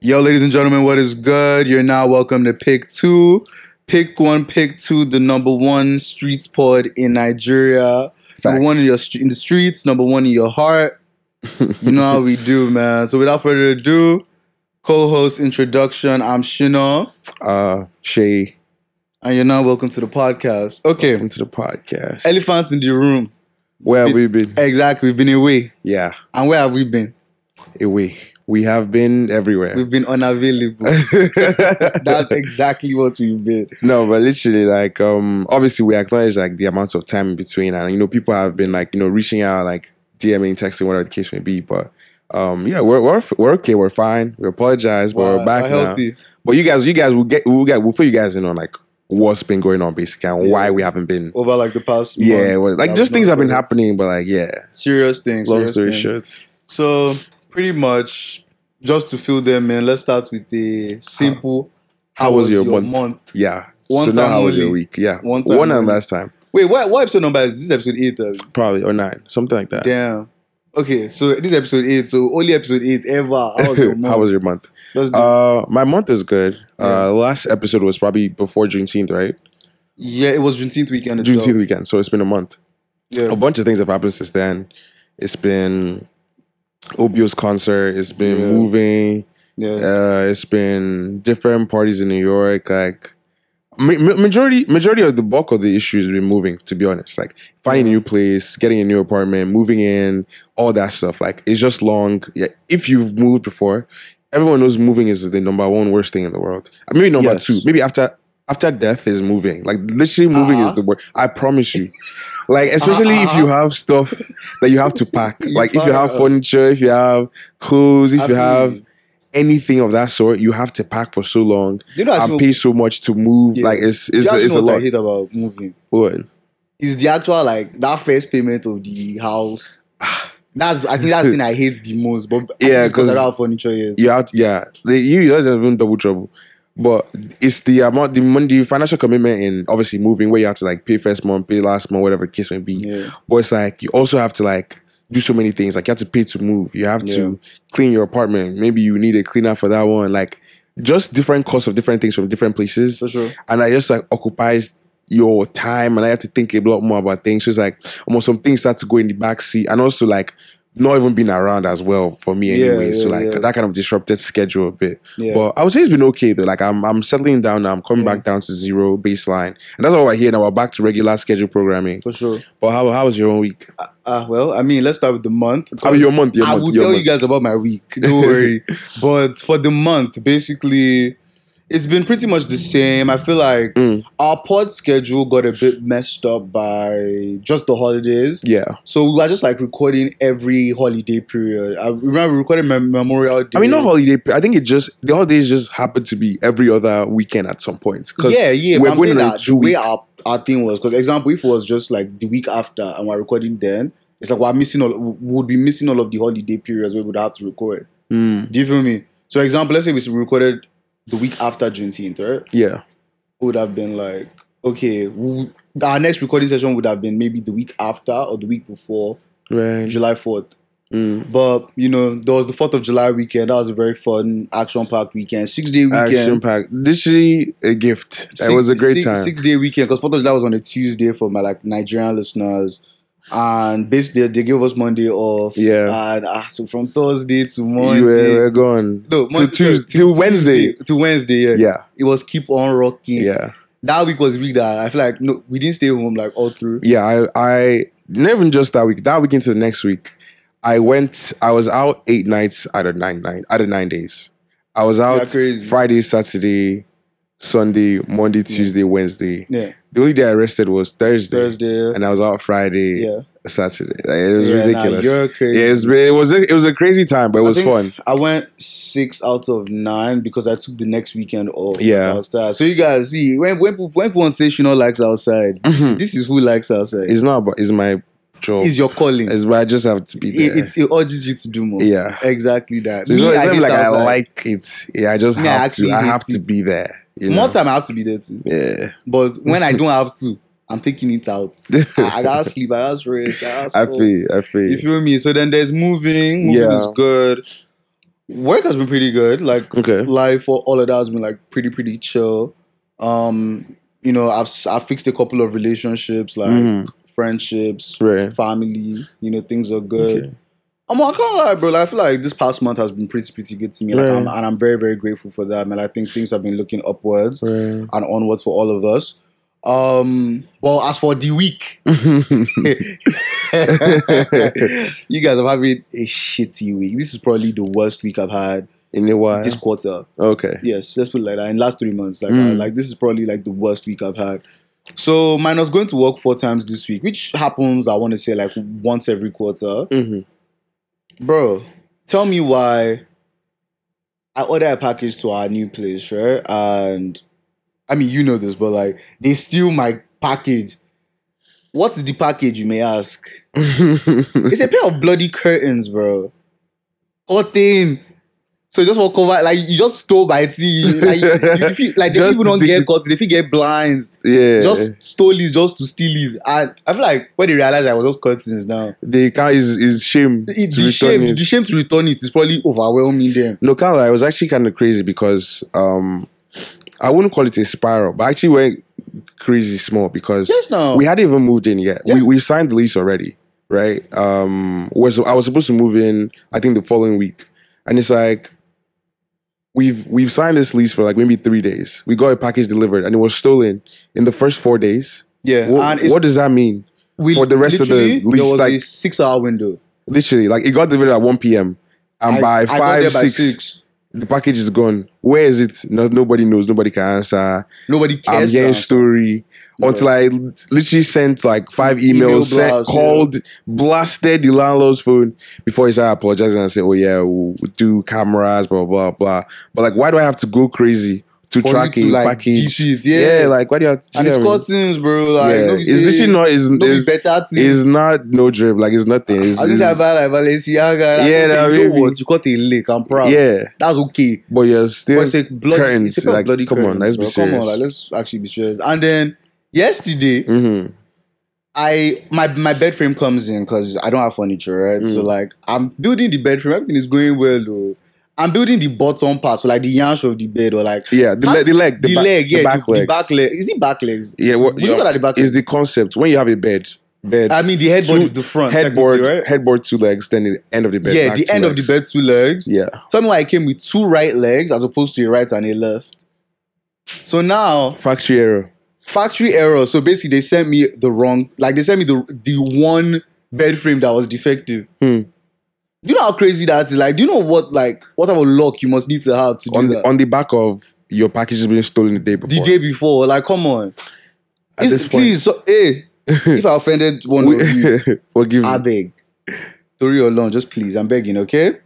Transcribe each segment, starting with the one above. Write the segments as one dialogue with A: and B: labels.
A: Yo, ladies and gentlemen, what is good? You're now welcome to Pick Two. Pick One, Pick Two, the number one streets pod in Nigeria.
B: Facts.
A: Number one in, your, str- in the streets, number one in your heart. you know how we do, man. So without further ado, co-host introduction. I'm Shino,
B: Uh, Shay,
A: and you're now welcome to the podcast.
B: welcome
A: Okay,
B: to the podcast.
A: elephants in the room.
B: Where have we been?
A: Exactly, we've been away.
B: Yeah,
A: And where have we been?
B: away. We have been everywhere.
A: We've been unavailable. That's exactly what we've been.
B: no, but literally, like, um, obviously, we acknowledge like the amount of time in between, and you know, people have been like, you know, reaching out, like, DMing, texting, whatever the case may be. But, um, yeah, we're we're, we're okay. We're fine. We apologize, but
A: Wow,
B: we're back now.
A: healthy.
B: But you guys, you guys will get, we'll get, we'll fill you guys in on like what's been going on basically and
A: Yeah.
B: why we haven't been.
A: over like the past
B: Yeah,
A: month.
B: well, like
A: I've
B: just
A: not
B: things have been
A: really-
B: happening, but like, yeah.
A: serious things
B: Long
A: serious
B: story
A: things.
B: short.
A: so pretty much just to fill them in let's start with the simple
B: How was your month? Yeah.
A: One
B: so now
A: time
B: how was your
A: only.
B: week? Yeah.
A: One
B: One,
A: time
B: and
A: only.
B: last time.
A: wait what, what episode number is this episode 8 uh,
B: Probably or nine. Something like that.
A: damn okay so this is episode 8 so only episode 8 ever how was your month
B: how was your month?
A: Let's do-
B: Uh my month is good.
A: Yeah.
B: Uh last episode was probably before Juneteenth, right?
A: yeah it was Juneteenth weekend itself.
B: Juneteenth Oh, weekend. So it's been a month.
A: yeah
B: A bunch of things have happened since then. It's been Obio's concert, it's been
A: Yeah.
B: moving,
A: yeah
B: uh, it's been different parties in New York, like ma- ma- majority majority of the bulk of the issues been moving to be honest like finding a new place getting a new apartment moving in all that stuff like it's just long yeah if you've moved before everyone knows moving is the number one worst thing in the world Uh, maybe number
A: Yes.
B: two maybe after after death is moving like literally moving
A: Uh-huh.
B: is the worst i promise you like especially if you have stuff that you have to pack
A: You
B: like if you
A: pack,
B: have
A: uh,
B: furniture if you have clothes if
A: Absolutely.
B: you have anything of that sort you have to pack for so long
A: you know
B: I
A: actually-
B: pay so much to move.
A: Yeah.
B: Like it's
A: you
B: it's a,
A: actually
B: it's
A: know
B: a
A: what
B: lot.
A: I hate about moving
B: What?
A: is the actual like that first payment of the house that's I think that's the thing I hate the most but I think
B: Yeah,
A: it's
B: 'cause-
A: because of furniture yes
B: You have to, yeah. The, you doesn't even double trouble, but it's the amount, the money, the financial commitment in obviously moving where you have to like pay first month, pay last month, whatever the case may be.
A: yeah
B: But it's like you also have to like do so many things. Like you have to pay to move. You have to clean your apartment. Maybe you need a cleaner for that one. Like just different costs of different things from different places.
A: for sure
B: and I just like occupies your time and I have to think a lot more about things. So it's like almost some things start to go in the back seat and also like not even being around as well for me
A: Yeah,
B: anyway. so
A: yeah,
B: like
A: yeah.
B: that kind of disrupted schedule a bit.
A: yeah
B: But I would say it's been okay though. Like I'm I'm settling down now. I'm coming
A: Yeah.
B: back down to zero baseline. And that's all I hear now. We're back to regular schedule programming.
A: For sure.
B: But how how was your own week?
A: Uh, well, I mean, let's start with the month.
B: How was your month? Your
A: I
B: month,
A: will
B: your
A: tell you
B: month.
A: guys about my week. Don't worry. but for the month, basically, it's been pretty much the same. I feel like
B: Mm.
A: our pod schedule got a bit messed up by just the holidays.
B: Yeah.
A: So we were just like recording every holiday period. I remember we recorded Mem- Memorial Day.
B: I mean, not holiday. I think it just the holidays just happened to be every other weekend at some point. 'Cause
A: Yeah, yeah.
B: we're
A: but I'm
B: going
A: saying
B: on a
A: that the
B: two
A: way
B: week-
A: our, our thing was, because example, if it was just like the week after and we're recording then, it's like we're missing all, we would be missing all of the holiday periods where we would have to record.
B: Mm,
A: Do you feel me? So, example, let's say we recorded the week after Juneteenth, right? It
B: yeah.
A: would have been like, okay, we, our next recording session would have been maybe the week after or the week before
B: Right.
A: July 4th.
B: Mm.
A: But, you know, there was the 4th of July weekend. That was a very fun, action packed weekend, six day weekend.
B: Action packed. Literally a gift. it was a great time.
A: Six day weekend because Fourth of July was on a Tuesday for my like Nigerian listeners, and basically they, they gave us Monday off.
B: Yeah.
A: and ah, so from Thursday to Monday,
B: you were, were gone.
A: no,
B: to Tuesday, to Wednesday.
A: to Wednesday. Yeah.
B: Yeah,
A: it was keep on rocking.
B: yeah,
A: that week was a week that I feel like no, we didn't stay home like all through.
B: yeah. I, I not even just that week. That week into the next week, I went. I was out eight nights out of nine night out of nine days. I was
A: Yeah,
B: out
A: crazy.
B: Friday, Saturday, Sunday, Monday, Tuesday, Wednesday.
A: Yeah,
B: The only day I rested was Thursday,
A: Thursday.
B: and I was out Friday,
A: yeah,
B: Saturday. Like, it was
A: Yeah, nah,
B: ridiculous.
A: you're crazy.
B: yeah, it was, it was a, it was a crazy time, but it
A: I
B: was
A: think
B: fun.
A: I went six out of nine because I took the next weekend off.
B: Yeah.
A: outside. So you guys see when when people- when people say she not likes outside,
B: Mhm.
A: this is who likes outside. It's,
B: It's not, but it's my job.
A: your calling.
B: It's why I just have to be
A: it,
B: there.
A: it, it urges you to do more.
B: yeah.
A: exactly that.
B: So it's
A: Me,
B: not, it's
A: I
B: not
A: hate
B: like I
A: outside.
B: like it. Yeah, I just
A: Me, I
B: have
A: actually
B: to. I
A: hate
B: have to
A: it.
B: be there. You know?
A: more time I have to be there too.
B: Yeah.
A: But when I don't have to, I'm taking it out. I, I gotta sleep. I gotta rest. I gotta
B: I
A: soak.
B: feel. I feel.
A: You feel me? So then there's moving. Moving
B: Yeah.
A: is good. work has been pretty good. Like
B: Okay.
A: life, all, all of that has been like pretty pretty chill. Um, you know, I've s- I fixed a couple of relationships, like
B: Mhm.
A: friendships,
B: Right.
A: family. You know, things are good.
B: Okay.
A: I'm I can't lie, bro. Like, I feel like this past month has been pretty pretty good to me, like,
B: Right.
A: I'm, and I'm very very grateful for that, man. I think things have been looking upwards
B: Right.
A: and onwards for all of us. Um, well, as for the week, you guys have had a shitty week. This is probably the worst week I've had
B: In a while.
A: this quarter.
B: Okay.
A: Yes, let's put it like that. In last three months, like
B: Mm.
A: uh, like this is probably like the worst week I've had. So minus going to work four times this week, which happens, I want to say like once every quarter,
B: hmm
A: bro. Tell me why I order a package to our new place, right? And I mean, you know this, but like they steal my package. What's the package, you may ask? It's a pair of bloody curtains, bro. Curtain. So you just walk over, like you just stole by tea. Like, you, if you, like the
B: Just
A: people don't
B: to
A: get
B: take-
A: curtains, if you get blinds,
B: yeah.
A: just stole it just to steal it. And I feel like when they realize I was just curtains now,
B: the car is is shame.
A: it,
B: to
A: the
B: return
A: shame,
B: it.
A: the shame to return it is probably overwhelming them.
B: No, Carl, I was actually kind of crazy because um, I wouldn't call it a spiral, but I actually went crazy small because
A: Yes, now
B: we hadn't even moved in yet.
A: Yeah.
B: We we signed the lease already, right? Um, was I was supposed to move in, I think the following week, and it's like we've we've signed this lease for like maybe three days. We got a package delivered, and it was stolen in the first four days.
A: yeah,
B: Wha-
A: and it's,
B: what does that mean?
A: we
B: for the rest of the
A: literally,
B: lease,
A: there was a
B: like-
A: six-hour window,
B: Literally, like it got delivered at one p.m. and
A: I- I
B: by
A: got
B: five
A: there by
B: six the package is gone. Where is it? No, nobody knows. Nobody can answer.
A: Nobody
B: I'm
A: cares.
B: hearing
A: now.
B: story until I l- literally sent like five emails,
A: Email
B: sent-
A: blast, yeah.
B: called, blasted the landlord's phone before he started apologizing and said, "Oh yeah, we'll do cameras, blah blah blah." But like, why do I have to go crazy to
A: For you
B: track
A: to,
B: a
A: like,
B: package?
A: ditch it,
B: Yeah.
A: yeah.
B: like why do you have to?
A: and
B: do you
A: it's
B: know what I mean?
A: curtains, bro. Like,
B: yeah.
A: no,
B: is this
A: say,
B: not is
A: no be
B: is,
A: better thing.
B: is not no drip like it's nothing. It's,
A: I just
B: it's-
A: have like Balenciaga. Like,
B: Yeah,
A: okay, you
B: that
A: know
B: really-
A: what? You got a lick. I'm proud.
B: yeah,
A: that's okay.
B: but you're still
A: But it's a bloody,
B: curtains,
A: it's a
B: like,
A: bloody
B: come on,
A: curtains,
B: let's be
A: bro. Come
B: serious.
A: on, like, let's actually be serious. And then yesterday,
B: Mhm.
A: I my my bed frame comes in because I don't have furniture, right? So
B: Mm.
A: like I'm building the bed frame. Everything is going well. Though. I'm building the bottom part, so like the yansh of the bed, or like
B: Yeah, the,
A: Huh?
B: le- the leg,
A: the,
B: the, ba-
A: leg, yeah,
B: the back
A: the,
B: legs.
A: the back leg. Is it back legs?
B: Yeah, what
A: We look at the back
B: is
A: legs.
B: the concept when you have a bed, bed,
A: I mean, the headboard
B: Two-
A: is the front,
B: headboard,
A: technically, right?
B: headboard, two legs, then the end of the bed.
A: yeah,
B: back
A: the
B: two
A: end of
B: legs.
A: the bed, two legs.
B: Yeah,
A: Tell me why I came with two right legs as opposed to a right and a left. So now
B: factory error.
A: factory error. So basically, they sent me the wrong, like they sent me the the one bed frame that was defective.
B: Hmm.
A: Do you know how crazy that is? Like, do you know what like what type of luck you must need to have to do
B: On
A: that?
B: the, on the back of your package has been stolen the day
A: the
B: before.
A: day before, like, come on,
B: At
A: Is-
B: this point,
A: please. So, hey, if I offended one of you,
B: we, forgive
A: I
B: me.
A: beg. Tori alone, just please, I'm begging, okay?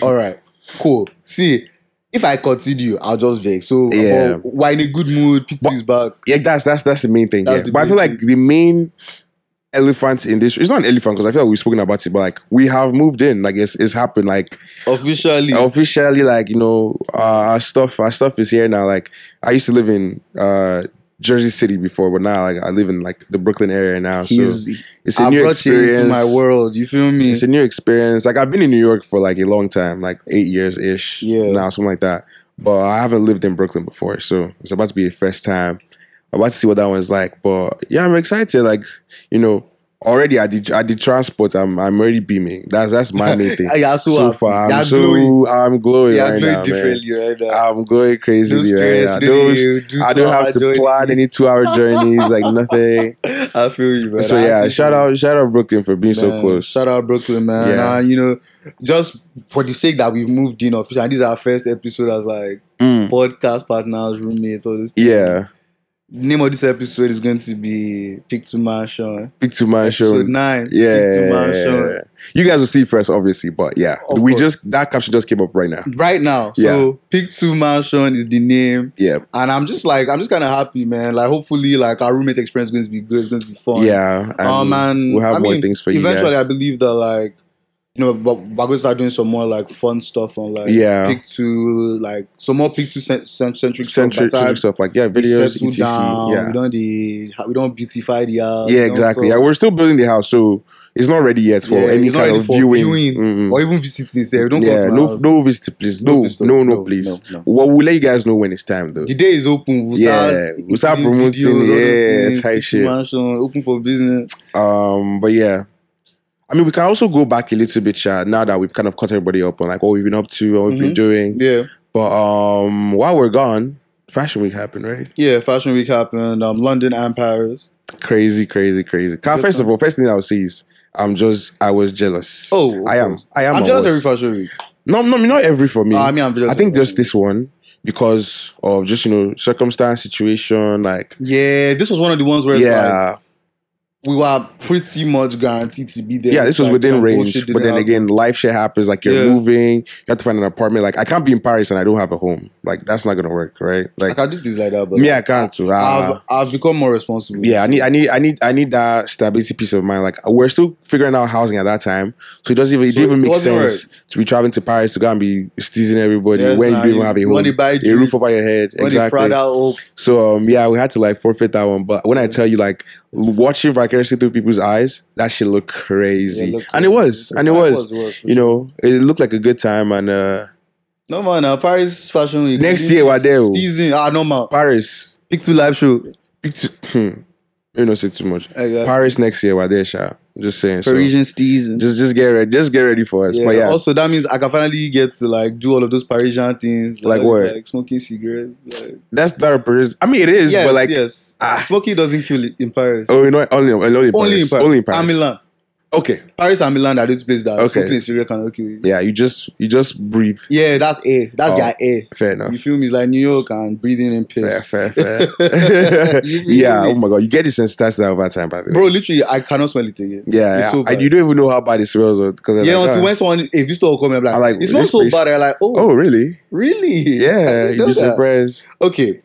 A: All right, cool. See, if I continue, I'll just beg. So,
B: Yeah.
A: but we're in a good mood. Picture
B: But-
A: is back.
B: Yeah, that's that's that's the main thing.
A: That's
B: yeah.
A: the
B: But I feel
A: main
B: like the main elephant in this it's not an elephant because I feel like we've spoken about it, but like we have moved in. Like it's it's happened. Like
A: Officially,
B: officially like you know uh, our stuff our stuff is here now like i used to live in uh jersey city before but now like i live in like the brooklyn area now so
A: he's
B: it's a
A: I
B: new
A: brought you into
B: experience
A: my world. You feel me?
B: it's a new experience like i've been in new york for like a long time like eight years ish
A: Yeah.
B: now something like that but i haven't lived in brooklyn before so it's about to be the first time I'm about to see what that one's like but yeah i'm excited like you know already at the at the transport i'm i'm already beaming that's that's my main thing
A: Yeah, so,
B: so
A: happy.
B: far.
A: They
B: I'm
A: are
B: so
A: glowing.
B: I'm glowing
A: They are
B: right
A: glowing
B: now, man.
A: differently right now.
B: I'm going crazy
A: No
B: right
A: stress,
B: now.
A: no
B: Those-
A: deal, do
B: I don't
A: some
B: have to
A: journey.
B: plan any two-hour journeys, like nothing.
A: I feel you, man.
B: so
A: I
B: yeah,
A: feel
B: shout
A: you.
B: out, shout out Brooklyn for being so
A: Man,
B: close.
A: Shout out Brooklyn, man.
B: Yeah.
A: And you know, just for the sake that we moved in officially, and this is our first episode as like
B: Mm.
A: podcast partners, roommates, all this.
B: Yeah,
A: Name of this episode is going to be Picture Mansion.
B: big to my show.
A: Episode nine. Picture Mansion.
B: Yeah, you guys will see first, obviously, but yeah,
A: Of
B: we
A: course.
B: just that caption just came up right now.
A: Right now,
B: Yeah.
A: so Pick Two Mansion is the name,
B: Yeah,
A: and I'm just like I'm just kind of happy, man. Like hopefully, like our roommate experience is going to be good. It's going to be fun.
B: yeah. and
A: um, and
B: we'll have
A: I
B: more
A: mean,
B: things for you
A: eventually,
B: guys.
A: I believe that like you know, but we're going to start doing some more like fun stuff on like
B: Yeah.
A: Pictu, like some more Pictu cent- cent- centric
B: Centric,
A: stuff. by the
B: centric
A: time
B: stuff like yeah,
A: we
B: videos,
A: settle
B: etc.
A: down,
B: yeah,
A: We don't the we don't beautify the house. uh,
B: yeah,
A: you know,
B: exactly.
A: so-
B: yeah, we're still building the house, so it's not ready yet for
A: Yeah,
B: any
A: it's not
B: kind
A: ready
B: of
A: for
B: viewing.
A: viewing.
B: Mhm.
A: or even visiting. Say, don't
B: yeah,
A: come to my
B: no,
A: house.
B: no visit, please. No,
A: visit,
B: no, no,
A: no,
B: please.
A: no, no.
B: Well, we'll let you guys know when it's time, though.
A: The day is open. We'll
B: Yeah,
A: start,
B: we'll start
A: including
B: promoting,
A: videos, all those
B: yeah,
A: things,
B: type
A: Pictu
B: shit.
A: Mansion, open for business.
B: Um, but yeah, I mean, we can also go back a little bit, Chad. Now that we've kind of caught everybody up on like what we've been up to, what we've
A: Mm-hmm.
B: been doing.
A: Yeah,
B: But um, while we're gone, Fashion Week happened, right?
A: yeah. Fashion Week happened. Um, London and Paris.
B: Crazy, crazy, crazy. Ka-
A: Good
B: First of
A: time.
B: all, first thing I would say is I'm just I was jealous.
A: Oh, of
B: I am.
A: course.
B: I am.
A: I'm
B: I
A: jealous
B: was.
A: every Fashion Week.
B: No, no, not every for me.
A: Uh, I mean, I'm jealous.
B: I think
A: every
B: just
A: Fashion Week.
B: this one because of just you know circumstance, situation, like
A: Yeah, this was one of the ones where it's like,
B: yeah,
A: we were pretty much guaranteed to be there.
B: yeah. This was
A: Like,
B: within
A: some
B: range,
A: bullshit didn't
B: but then
A: happen.
B: again, life shit happens. Like you're
A: Yeah.
B: moving, you have to find an apartment. Like I can't be in Paris and I don't have a home. Like that's not gonna work, right?
A: I
B: Like
A: can do things like that, but
B: me, I can't too. Ah,
A: I've I've become more responsible.
B: yeah, I need, I need, I need, I need that stability, peace of mind. Like we're still figuring out housing at that time, so it doesn't even, it
A: So
B: didn't even
A: it
B: make
A: wasn't
B: sense to be traveling to Paris to go and be steezing everybody
A: Yes,
B: when
A: nah,
B: you don't even have a
A: when they
B: home,
A: buy
B: a roof over your head.
A: when they
B: exactly.
A: proud out of
B: So um, yeah, we had to like forfeit that one. But when I tell you, like l- watching vicariously through people's eyes, that shit looked crazy,
A: Yeah, look,
B: and it was, and it was. You know, it looked like a good time. And uh,
A: no man, uh, Paris Fashion Week
B: Next year, we're there, oh.
A: Season, ah no man,
B: Paris,
A: pick two live show.
B: big t- hmm, you know, say too much.
A: Exactly.
B: Paris oh. next year, we're there, sha. Just saying. So
A: Parisian season.
B: just just get ready, just get ready for us. but yeah,
A: Also, that means I can finally get to like do all of those Parisian things,
B: Like what?
A: like smoking cigarettes. Like,
B: that's not a Paris. I mean, it is,
A: yes,
B: but like,
A: yes,
B: ah.
A: smoking doesn't kill it in Paris.
B: oh, you know, only only in Paris,
A: Only in Paris.
B: only in Paris.
A: And Milan.
B: Okay,
A: Paris and Milan are those places that
B: Okay.
A: smoking a cigarette cannot kill you.
B: yeah, you just you just breathe.
A: Yeah, that's air. That's
B: Oh.
A: their air.
B: Fair enough.
A: You feel me? It's like New York and breathing in piss.
B: Fair, fair, fair.
A: You feel
B: yeah.
A: me?
B: Oh my god, you get desensitized to that over time, by the way.
A: Bro, literally, I cannot smell it again.
B: yeah,
A: it's so
B: I,
A: bad.
B: you don't even know how bad it smells because
A: yeah,
B: like,
A: until
B: ah,
A: when someone, a visitor will come and be like,
B: I like,
A: it's not
B: this
A: so
B: place-
A: bad. I'm like, oh,
B: Oh, really?
A: really? I
B: Yeah,
A: didn't
B: you'd
A: know
B: be
A: that.
B: surprised.
A: Okay.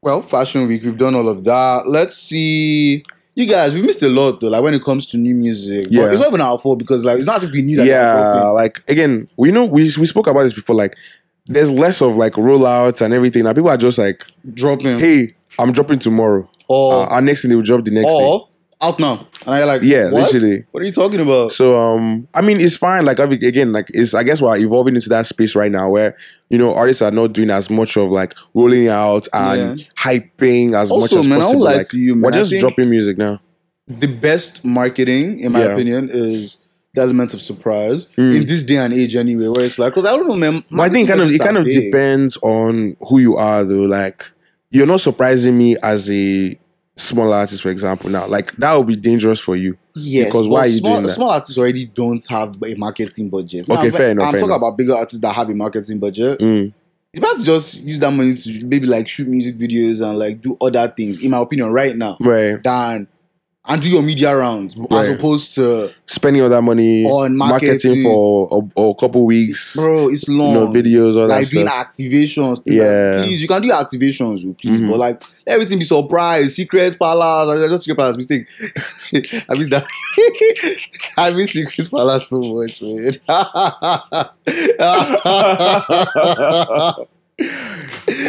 A: Well, Fashion Week, we've done all of that. Let's see. You guys, we missed a lot though, like when it comes to new music.
B: Yeah.
A: But it's not even our fault because like it's not as if we knew that. they were
B: yeah,
A: dropping.
B: like again, we know we we spoke about this before. Like, there's less of like rollouts and everything. Now people are just like,
A: Dropping.
B: hey, I'm dropping tomorrow. Uh,
A: or
B: our next thing they will drop the next day.
A: or out now. And I like,
B: Yeah,
A: Oh. what?
B: literally.
A: What are you talking about?
B: So um, I mean, it's fine. Like I mean, again, like it's I guess we're evolving into that space right now where you know artists are not doing as much of like rolling out and hyping as
A: Also,
B: much as
A: man, I won't
B: possible.
A: lie
B: like,
A: to you, man.
B: We're
A: I
B: just
A: think-
B: dropping music now.
A: the best marketing, in my
B: Yeah.
A: opinion, is the element of surprise
B: Mm.
A: in this day and age, anyway. Where it's like, because I don't know, man.
B: But I think kind of it
A: marketing
B: kind of
A: budgets are big.
B: depends on who you are though. Like you're not surprising me as a small artist, for example. Now, like that would be dangerous for you.
A: Yes,
B: because
A: but
B: why are you
A: small,
B: doing that?
A: Small artists already don't have a marketing budget.
B: Okay,
A: I'm-
B: fair enough,
A: I'm
B: fair
A: talking
B: enough.
A: about bigger artists that have a marketing budget.
B: Mm.
A: It's better to just use that money to maybe like shoot music videos and like do other things. In my opinion, right now,
B: Right,
A: than and do your media rounds as
B: Right.
A: opposed to
B: spending all that money
A: On marketing.
B: for a, a couple weeks,
A: bro, it's
B: you
A: long.
B: know, videos, all that
A: like doing
B: stuff.
A: activations. things
B: Yeah.
A: Like, please, you can do your activations, oh, please.
B: Mhm.
A: But like everything be surprise, secret palace. I just secret palace mistake. I miss that. I miss secret palace so much, man.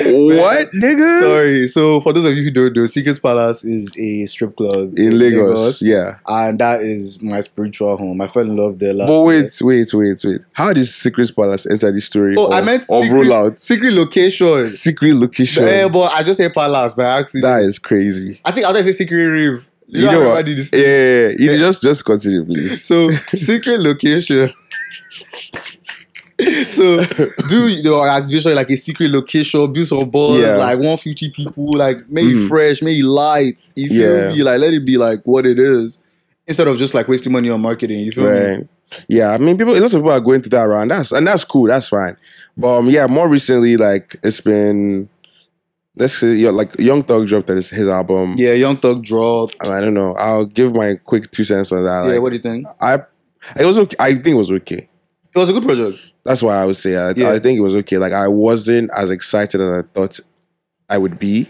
B: What nigga?
A: Sorry. So for those of you who don't know, Secret Palace is a strip club
B: in Lagos. Yeah.
A: and that is my spiritual home. I fell in love there last.
B: But
A: year.
B: wait, wait, wait, wait. How does Secret Palace enter the story
A: oh,
B: of,
A: I meant
B: of
A: secret,
B: rollout?
A: secret location.
B: Secret location.
A: Eh, but I just said palace by accident.
B: that is crazy.
A: I think I thought I said secret rave. You,
B: You
A: know,
B: know
A: how
B: what?
A: I did this.
B: Yeah,
A: thing?
B: yeah, yeah. You
A: Yeah.
B: just just continue, please.
A: So secret location. so do your activation like a secret location, build some balls,
B: Yeah.
A: like one fifty people, like make it
B: Mm.
A: fresh, make it light. You feel
B: Yeah.
A: me? Like let it be like what it is, instead of just like wasting money on marketing. You feel me?
B: Right. Yeah, I mean, people. Lots of people are going through that round. That's and that's cool. That's fine. But um, yeah, more recently, like it's been, let's say, yeah, like Young Thug dropped his, his album.
A: Yeah, Young Thug dropped.
B: I don't know. I'll give my quick two cents on that. Like,
A: yeah, what do you think?
B: I, it was okay. I think it was okay.
A: It was a good project.
B: That's why I would say I,
A: Yeah.
B: I think it was okay. Like I wasn't as excited as I thought I would be.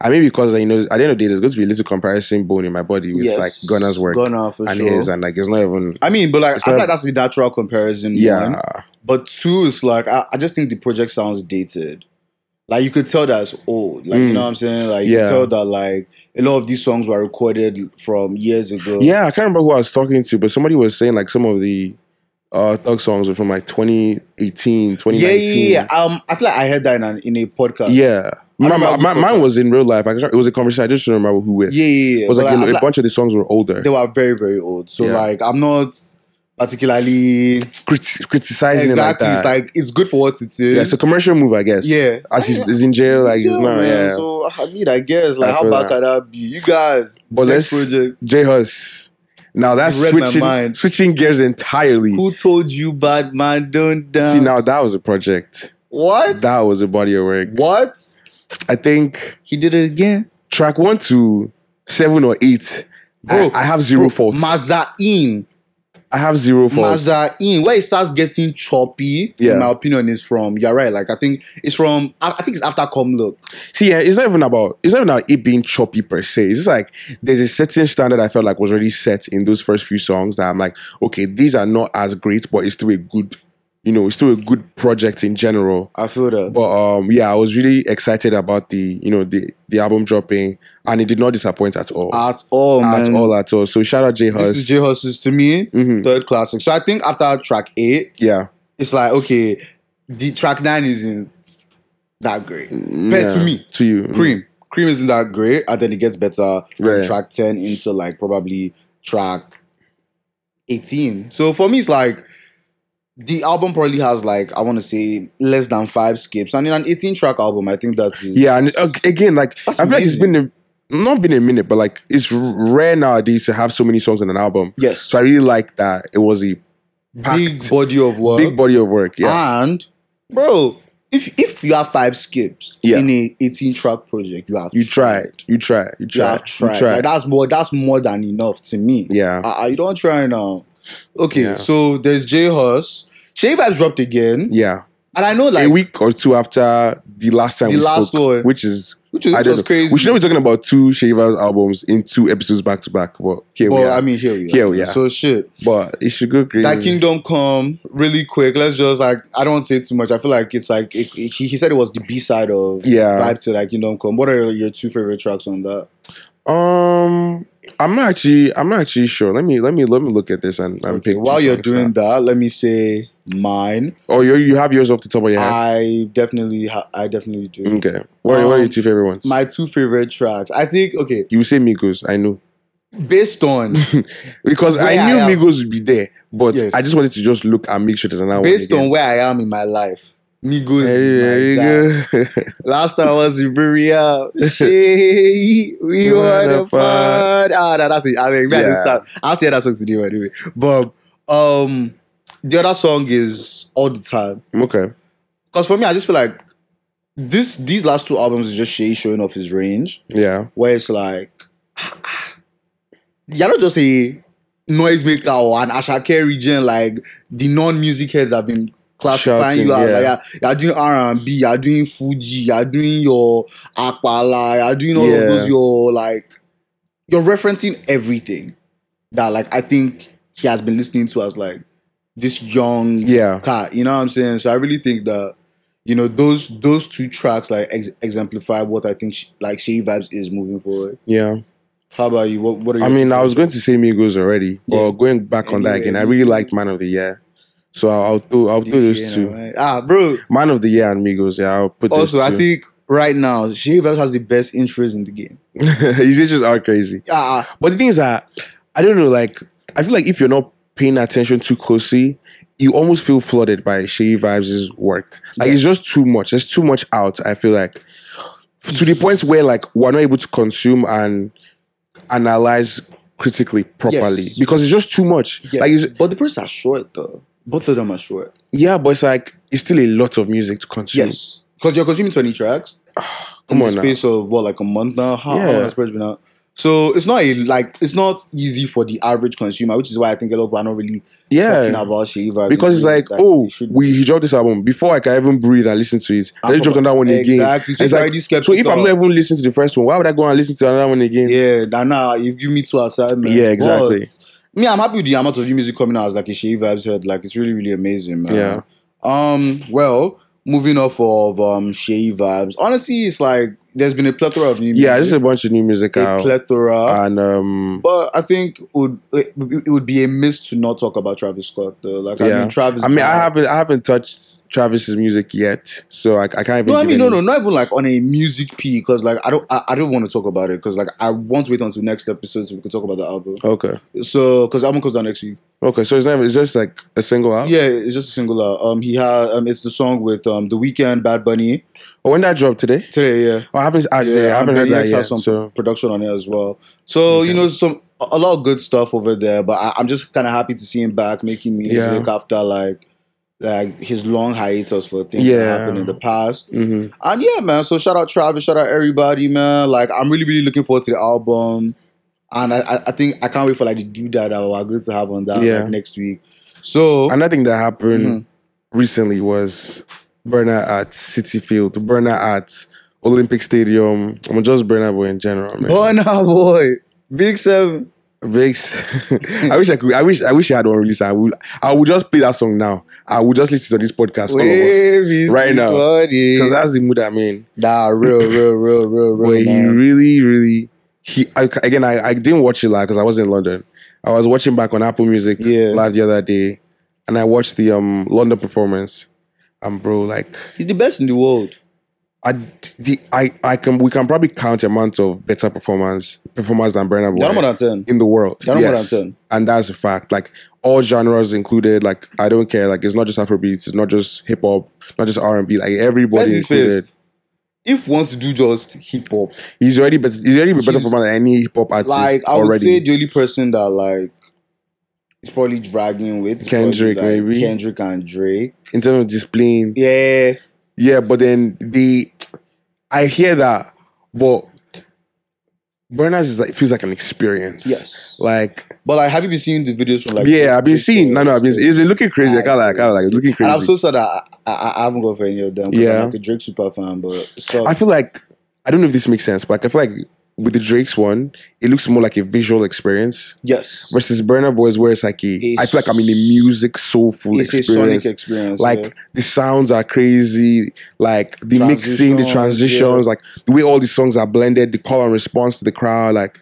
B: I mean, because like, you know, at the end of the day, there's going to be a little comparison bone in my body with
A: Yes.
B: like Gunner's work
A: Gunner for
B: and
A: sure.
B: his, and like it's not even.
A: I mean, but like I
B: It's
A: feel
B: not-
A: like that's the natural comparison.
B: Yeah,
A: one. But two is like I, I just think the project sounds dated. Like you could tell that it's old. Like you
B: Mm.
A: know what I'm saying? Like you
B: Yeah.
A: could tell that like a lot of these songs were recorded from years ago.
B: yeah. I can't remember who I was talking to, but somebody was saying like some of the uh Thug songs were from like 2018,
A: Yeah,
B: 2019.
A: yeah, yeah. Um, I feel like I heard that in, an, in a podcast.
B: Yeah. My,
A: remember
B: my,
A: we
B: my-
A: talked
B: mine
A: about-
B: was in real life. I can't- it was a conversation. I just don't remember who with.
A: yeah, yeah. yeah.
B: It was
A: But,
B: like,
A: I
B: a-
A: feel
B: a, bunch of the songs were older.
A: they were very, very old. So
B: Yeah.
A: like, I'm not particularly
B: Criti- criticizing
A: exactly.
B: it like
A: it's
B: that.
A: like it's good for what it is.
B: yeah, it's a commercial move, I guess.
A: Yeah.
B: As he's, he's in jail, like he's not.
A: man.
B: Yeah.
A: So I mean, I guess like
B: I
A: how
B: feel
A: bad
B: that.
A: could that be? You guys,
B: But
A: next
B: let's
A: project.
B: J Hus. Now that's
A: You read my
B: switching
A: mind.
B: switching gears entirely.
A: Who told you bad man don't dance?
B: See, now that was a project.
A: what?
B: That was a body of work.
A: what?
B: I think
A: He did it again,
B: track one to seven or eight.
A: Bro,
B: I, I have zero faults.
A: Mazain,
B: I have zero faults.
A: Mazain. Where it starts getting choppy,
B: Yeah.
A: in my opinion, is from. You're right. Like I think it's from. I, I think it's after Come Look.
B: See, yeah, it's not even about it's not even about it being choppy per se. It's just like there's a certain standard I felt like was already set in those first few songs that I'm like, okay, these are not as great, but it's still a good, you know, it's still a good project in general.
A: I feel that.
B: But um, yeah, I was really excited about the you know the the album dropping, and it did not disappoint at all,
A: at all,
B: at
A: Oh, man.
B: all, at all. So shout out J Hus.
A: This is J Hustle's to me.
B: Mhm.
A: Third classic. So I think after track eight,
B: Yeah,
A: it's like okay, the track nine isn't that great. Compared to
B: Yeah.
A: me.
B: to you,
A: Cream. Cream isn't that great, and then it gets better from
B: Right.
A: track 10 into like probably track 18. So for me, it's like the album probably has like, I want to say less than five skips. And in an 18 track album, I think that's it.
B: Yeah, and uh, again, like
A: That's
B: I feel like it's
A: amazing.
B: been a, not been a minute, but like it's r- rare nowadays to have so many songs on an album.
A: Yes.
B: So I really like that it was a packed,
A: big body of work.
B: big body of work. Yeah,
A: And, bro, if if you have five skips
B: Yeah.
A: in a 18 track project, you have
B: you tried, you tried, you
A: You
B: tried,
A: have tried.
B: you tried.
A: Like, that's more that's more than enough to me.
B: yeah,
A: I, I don't try now. Okay,
B: Yeah.
A: so there's J Hus. Shay Vibes dropped again.
B: yeah.
A: And I know
B: a
A: like
B: week or two after the last time
A: The
B: we
A: last
B: spoke,
A: one.
B: which is
A: which was,
B: I don't
A: was
B: know.
A: crazy.
B: We should be talking about two Shavers albums in two episodes back to back, but here we
A: well,
B: are.
A: I mean here we are.
B: Here we are.
A: So shit.
B: but it should go crazy.
A: That kingdom come really quick. Let's just like I don't want to say too much. I feel like it's like it, it- he, he said it was the B side of
B: yeah.
A: Vibe to that Kingdom Come. What are your two favorite tracks on that?
B: Um, I'm not actually. I'm not actually sure. Let me. Let me. Let me look at this and, and
A: Okay,
B: pick. two
A: while you're
B: songs
A: doing that, let me say mine.
B: that- Oh, you you have yours off the top of your
A: Uh,
B: head.
A: I definitely ha- I definitely do.
B: okay. What are, what are your
A: Um,
B: two favorite ones?
A: My two favorite tracks. I think okay,
B: you say Migos. I know
A: based on
B: because I
A: Yeah,
B: knew
A: yeah.
B: Migos would be there, but
A: Yes.
B: I just wanted to just look and make sure there's another
A: based
B: one.
A: on
B: again.
A: where I am in my life. Migos.
B: Hey,
A: is my jam.
B: there you go.
A: Last time I was in Berea. She, we
B: You
A: were
B: had a
A: the fun. Ah, nah, that's it. I mean, man,
B: Yeah.
A: it's that. I'll say that song today but anyway. But um, the other song is all the time.
B: okay.
A: Because for me, I just feel like this these last two albums is just Shay showing off his range,
B: Yeah.
A: where it's like you're not just a noisemaker or an Ashake region like the non-music heads have been classifying
B: Shouting,
A: you as.
B: yeah.
A: Like, you're, you're doing R and B, you're doing Fuji, you're doing your Aquala, you're doing all
B: Yeah.
A: of those. Your like you're referencing everything that like I think he has been listening to as like this young
B: Yeah.
A: cat. You know what I'm saying? So I really think that you know those those two tracks like ex- exemplify what I think sh- like Shay Vibes is moving forward.
B: Yeah.
A: How about you? What What are
B: I
A: your
B: mean, I was going to say Migos already, but
A: Yeah.
B: going back on that
A: Anyway.
B: again, I really liked Man of the Year, so I'll, I'll do I'll do those two.
A: Ah, bro.
B: Man of the Year and Migos, yeah, I'll put.
A: Also,
B: those
A: I
B: two.
A: think right now Shay Vibes has the best interest in the game.
B: these issues are crazy.
A: Ah,
B: But the thing is that I don't know. Like, I feel like if you're not paying attention too closely, you almost feel flooded by Shady Vibes' work. Like, it's just too much. There's too much out. I feel like F- to the point where like we're not able to consume and analyze critically properly
A: Yes.
B: because it's just too much.
A: yeah.
B: Like, it's,
A: but the prints are short though. Both of them are short.
B: Yeah, but it's like it's still a lot of music to consume.
A: Yes, because you're consuming twenty tracks
B: Come
A: in
B: on
A: the
B: now.
A: space of what like a month now. How, how
B: Yeah.
A: long has Prez been out? So it's not a like it's not easy for the average consumer, which is why I think a lot of people are not really talking
B: Yeah.
A: about Shea Vibes.
B: Because it's
A: They
B: like,
A: really,
B: oh,
A: they should-
B: we he dropped this album before I can even breathe and listen to it. I
A: And
B: just dropped another one again.
A: Exactly. So, it's
B: It's like-
A: already skeptical.
B: So if I'm not even listening to the first one, why would I go and listen to another one again?
A: yeah, that now you give me two assignments.
B: Yeah, exactly.
A: But, me, I'm happy with the amount of new music coming out as like a Shea Vibes head. Like it's really, really amazing, man.
B: Yeah.
A: Um. Well, moving off of um Shea Vibes. Honestly, it's like there's been a plethora of new music.
B: Yeah, just a bunch of new music
A: a
B: out.
A: plethora.
B: and um
A: But I think it would it, it would be a miss to not talk about Travis Scott though. Like I
B: Yeah.
A: mean, Travis.
B: I mean I
A: Barker-
B: haven't I haven't touched Travis's music yet, so I, I can't even.
A: No, I
B: give
A: mean, no,
B: any-
A: no, not even like on a music P, because like I don't, I, I don't want to talk about it, because like I want to wait until next episode so we can talk about the album.
B: Okay,
A: So, because album comes out next week.
B: okay, so it's not it's just like a single out.
A: Yeah, it's just a single out. Um, he had um, it's the song with um, The Weeknd, Bad Bunny
B: Oh, when that dropped today?
A: today. Yeah,
B: Oh, I haven't I,
A: Yeah,
B: yeah, I haven't
A: and
B: heard
A: Benny
B: that
A: X
B: yet.
A: has some
B: So
A: production on it as well. So
B: Okay.
A: you know, some a a lot of good stuff over there. But I, I'm just kind of happy to see him back making music after like like his long hiatus for things
B: Yeah.
A: that happened in the past.
B: mhm.
A: And yeah, man. So shout out Travis, shout out everybody, man. Like I'm really, really looking forward to the album, and I, I, I think I can't wait for like the dude that we're going to have on that
B: Yeah.
A: like, next week. So
B: another thing that happened
A: Mm-hmm.
B: recently was burner at City Field, burner at Olympic Stadium. I'm just burner boy in general, man.
A: Burna Boy, Big Seven.
B: Vex. I wish I could. I wish. I wish I had one release. I would. I would just play that song now. I would just listen to this podcast. All of us.
A: Wave
B: right
A: is
B: now.
A: what it-
B: Because that's the mood I'm in.
A: Nah, real, real, real, real, real.
B: Where he
A: man.
B: really, really. He I, again. I, I didn't watch it live because I was in London. I was watching back on Apple Music
A: Yeah.
B: live the other day, and I watched the um London performance. And bro, like
A: He's the best in the world.
B: I the I I can we can probably count amount of better performance performance than Burna
A: You're more
B: Boy
A: than ten.
B: in the world.
A: You're more than
B: Yes.
A: ten.
B: and that's a fact. Like all genres included. Like I don't care. Like it's not just Afrobeats. It's not just hip hop. Not just R and B. Like
A: Let's
B: everybody
A: be
B: included.
A: first. If you want to do just hip hop,
B: He's already better. He's already a better
A: He's-
B: performer than any hip hop artist
A: like I would say
B: already.
A: the only person that like is probably dragging with is probably,
B: Kendrick,
A: like,
B: maybe.
A: Kendrick and Drake.
B: in terms of displaying.
A: Yeah,
B: Yeah, but then the I hear that, but Bernard's is like feels like an experience.
A: yes.
B: Like,
A: but like, have you been seeing the videos from like?
B: yeah, I've been
A: Drake
B: seeing. No, no, I've been. It's been looking crazy. Like I like, I like it's looking
A: And
B: crazy.
A: I'm so sad that I, I, I haven't gone for any of them. 'cause
B: Yeah.
A: I'm like a Drake super fan, but so,
B: I feel like I don't know if this makes sense, but like, I feel like with the Drake's one, it looks more like a visual experience
A: yes,
B: versus Burner Boys, where it's like a,
A: It's-
B: I feel like I'm in a music soulful
A: it's
B: experience.
A: a sonic experience.
B: like
A: yeah.
B: the sounds are crazy, like the mixing, the
A: Transitions,
B: transitions, like the way all the songs are blended, the call and response to the crowd, like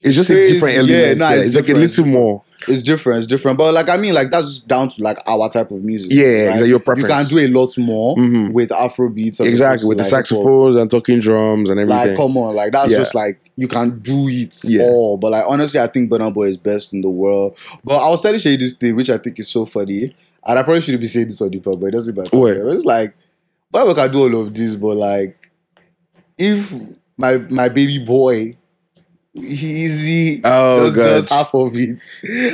B: it's just
A: Crazy.
B: a different
A: Yeah,
B: element.
A: nah,
B: yeah.
A: it's
B: it's, like a
A: different, it's
B: little more.
A: it's different, it's different. But like I mean, like that's just down to like our type of music.
B: Yeah,
A: right?
B: it's like your preference.
A: You can do a lot more
B: Mhm.
A: with Afro beats. as opposed
B: exactly
A: to,
B: with the
A: like, hip-hop.
B: saxophones and talking drums and
A: Like,
B: everything.
A: come on, like that's
B: Yeah.
A: just like you can do it
B: Yeah.
A: all. But like honestly, I think Burna Boy is best in the world. But I was telling you this thing, which I think is so funny, and I probably shouldn't be saying this on the pod, but it doesn't matter.
B: What?
A: It's like Burna Boy can do all of this, but like if my my baby boy, he easy.
B: oh
A: just
B: god,
A: does half of it.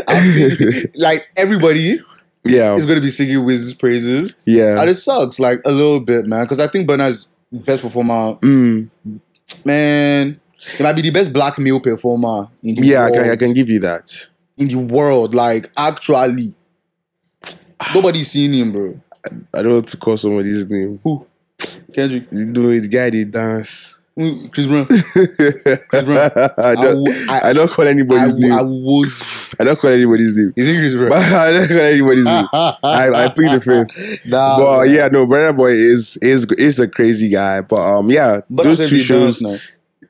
A: I'm thinking- like everybody
B: yeah,
A: is gonna be singing Wiz's praises,
B: Oh. yeah.
A: and it sucks like a little bit, man. Because I think Burna's best performer
B: Mm.
A: man. He might be the best black male performer in the
B: Yeah, I
A: world.
B: can, I can give you that.
A: in the world, like actually, nobody's seen him, bro.
B: I don't want to call somebody's name. Who?
A: Kendrick,
B: You know, the guy did dance.
A: mm, Chris Brown.
B: I
A: I,
B: don't,
A: wo-
B: I,
A: I,
B: don't call
A: I,
B: anybody's
A: wo-
B: name.
A: I
B: I,
A: was.
B: don't call anybody's name.
A: Is it Chris Brown?
B: I don't call anybody's
A: Ah,
B: name. I, I plead the fifth.
A: Nah,
B: but
A: man.
B: yeah, no, Burner Boy is is is a crazy guy. But um, yeah,
A: But
B: those two shows,
A: Now.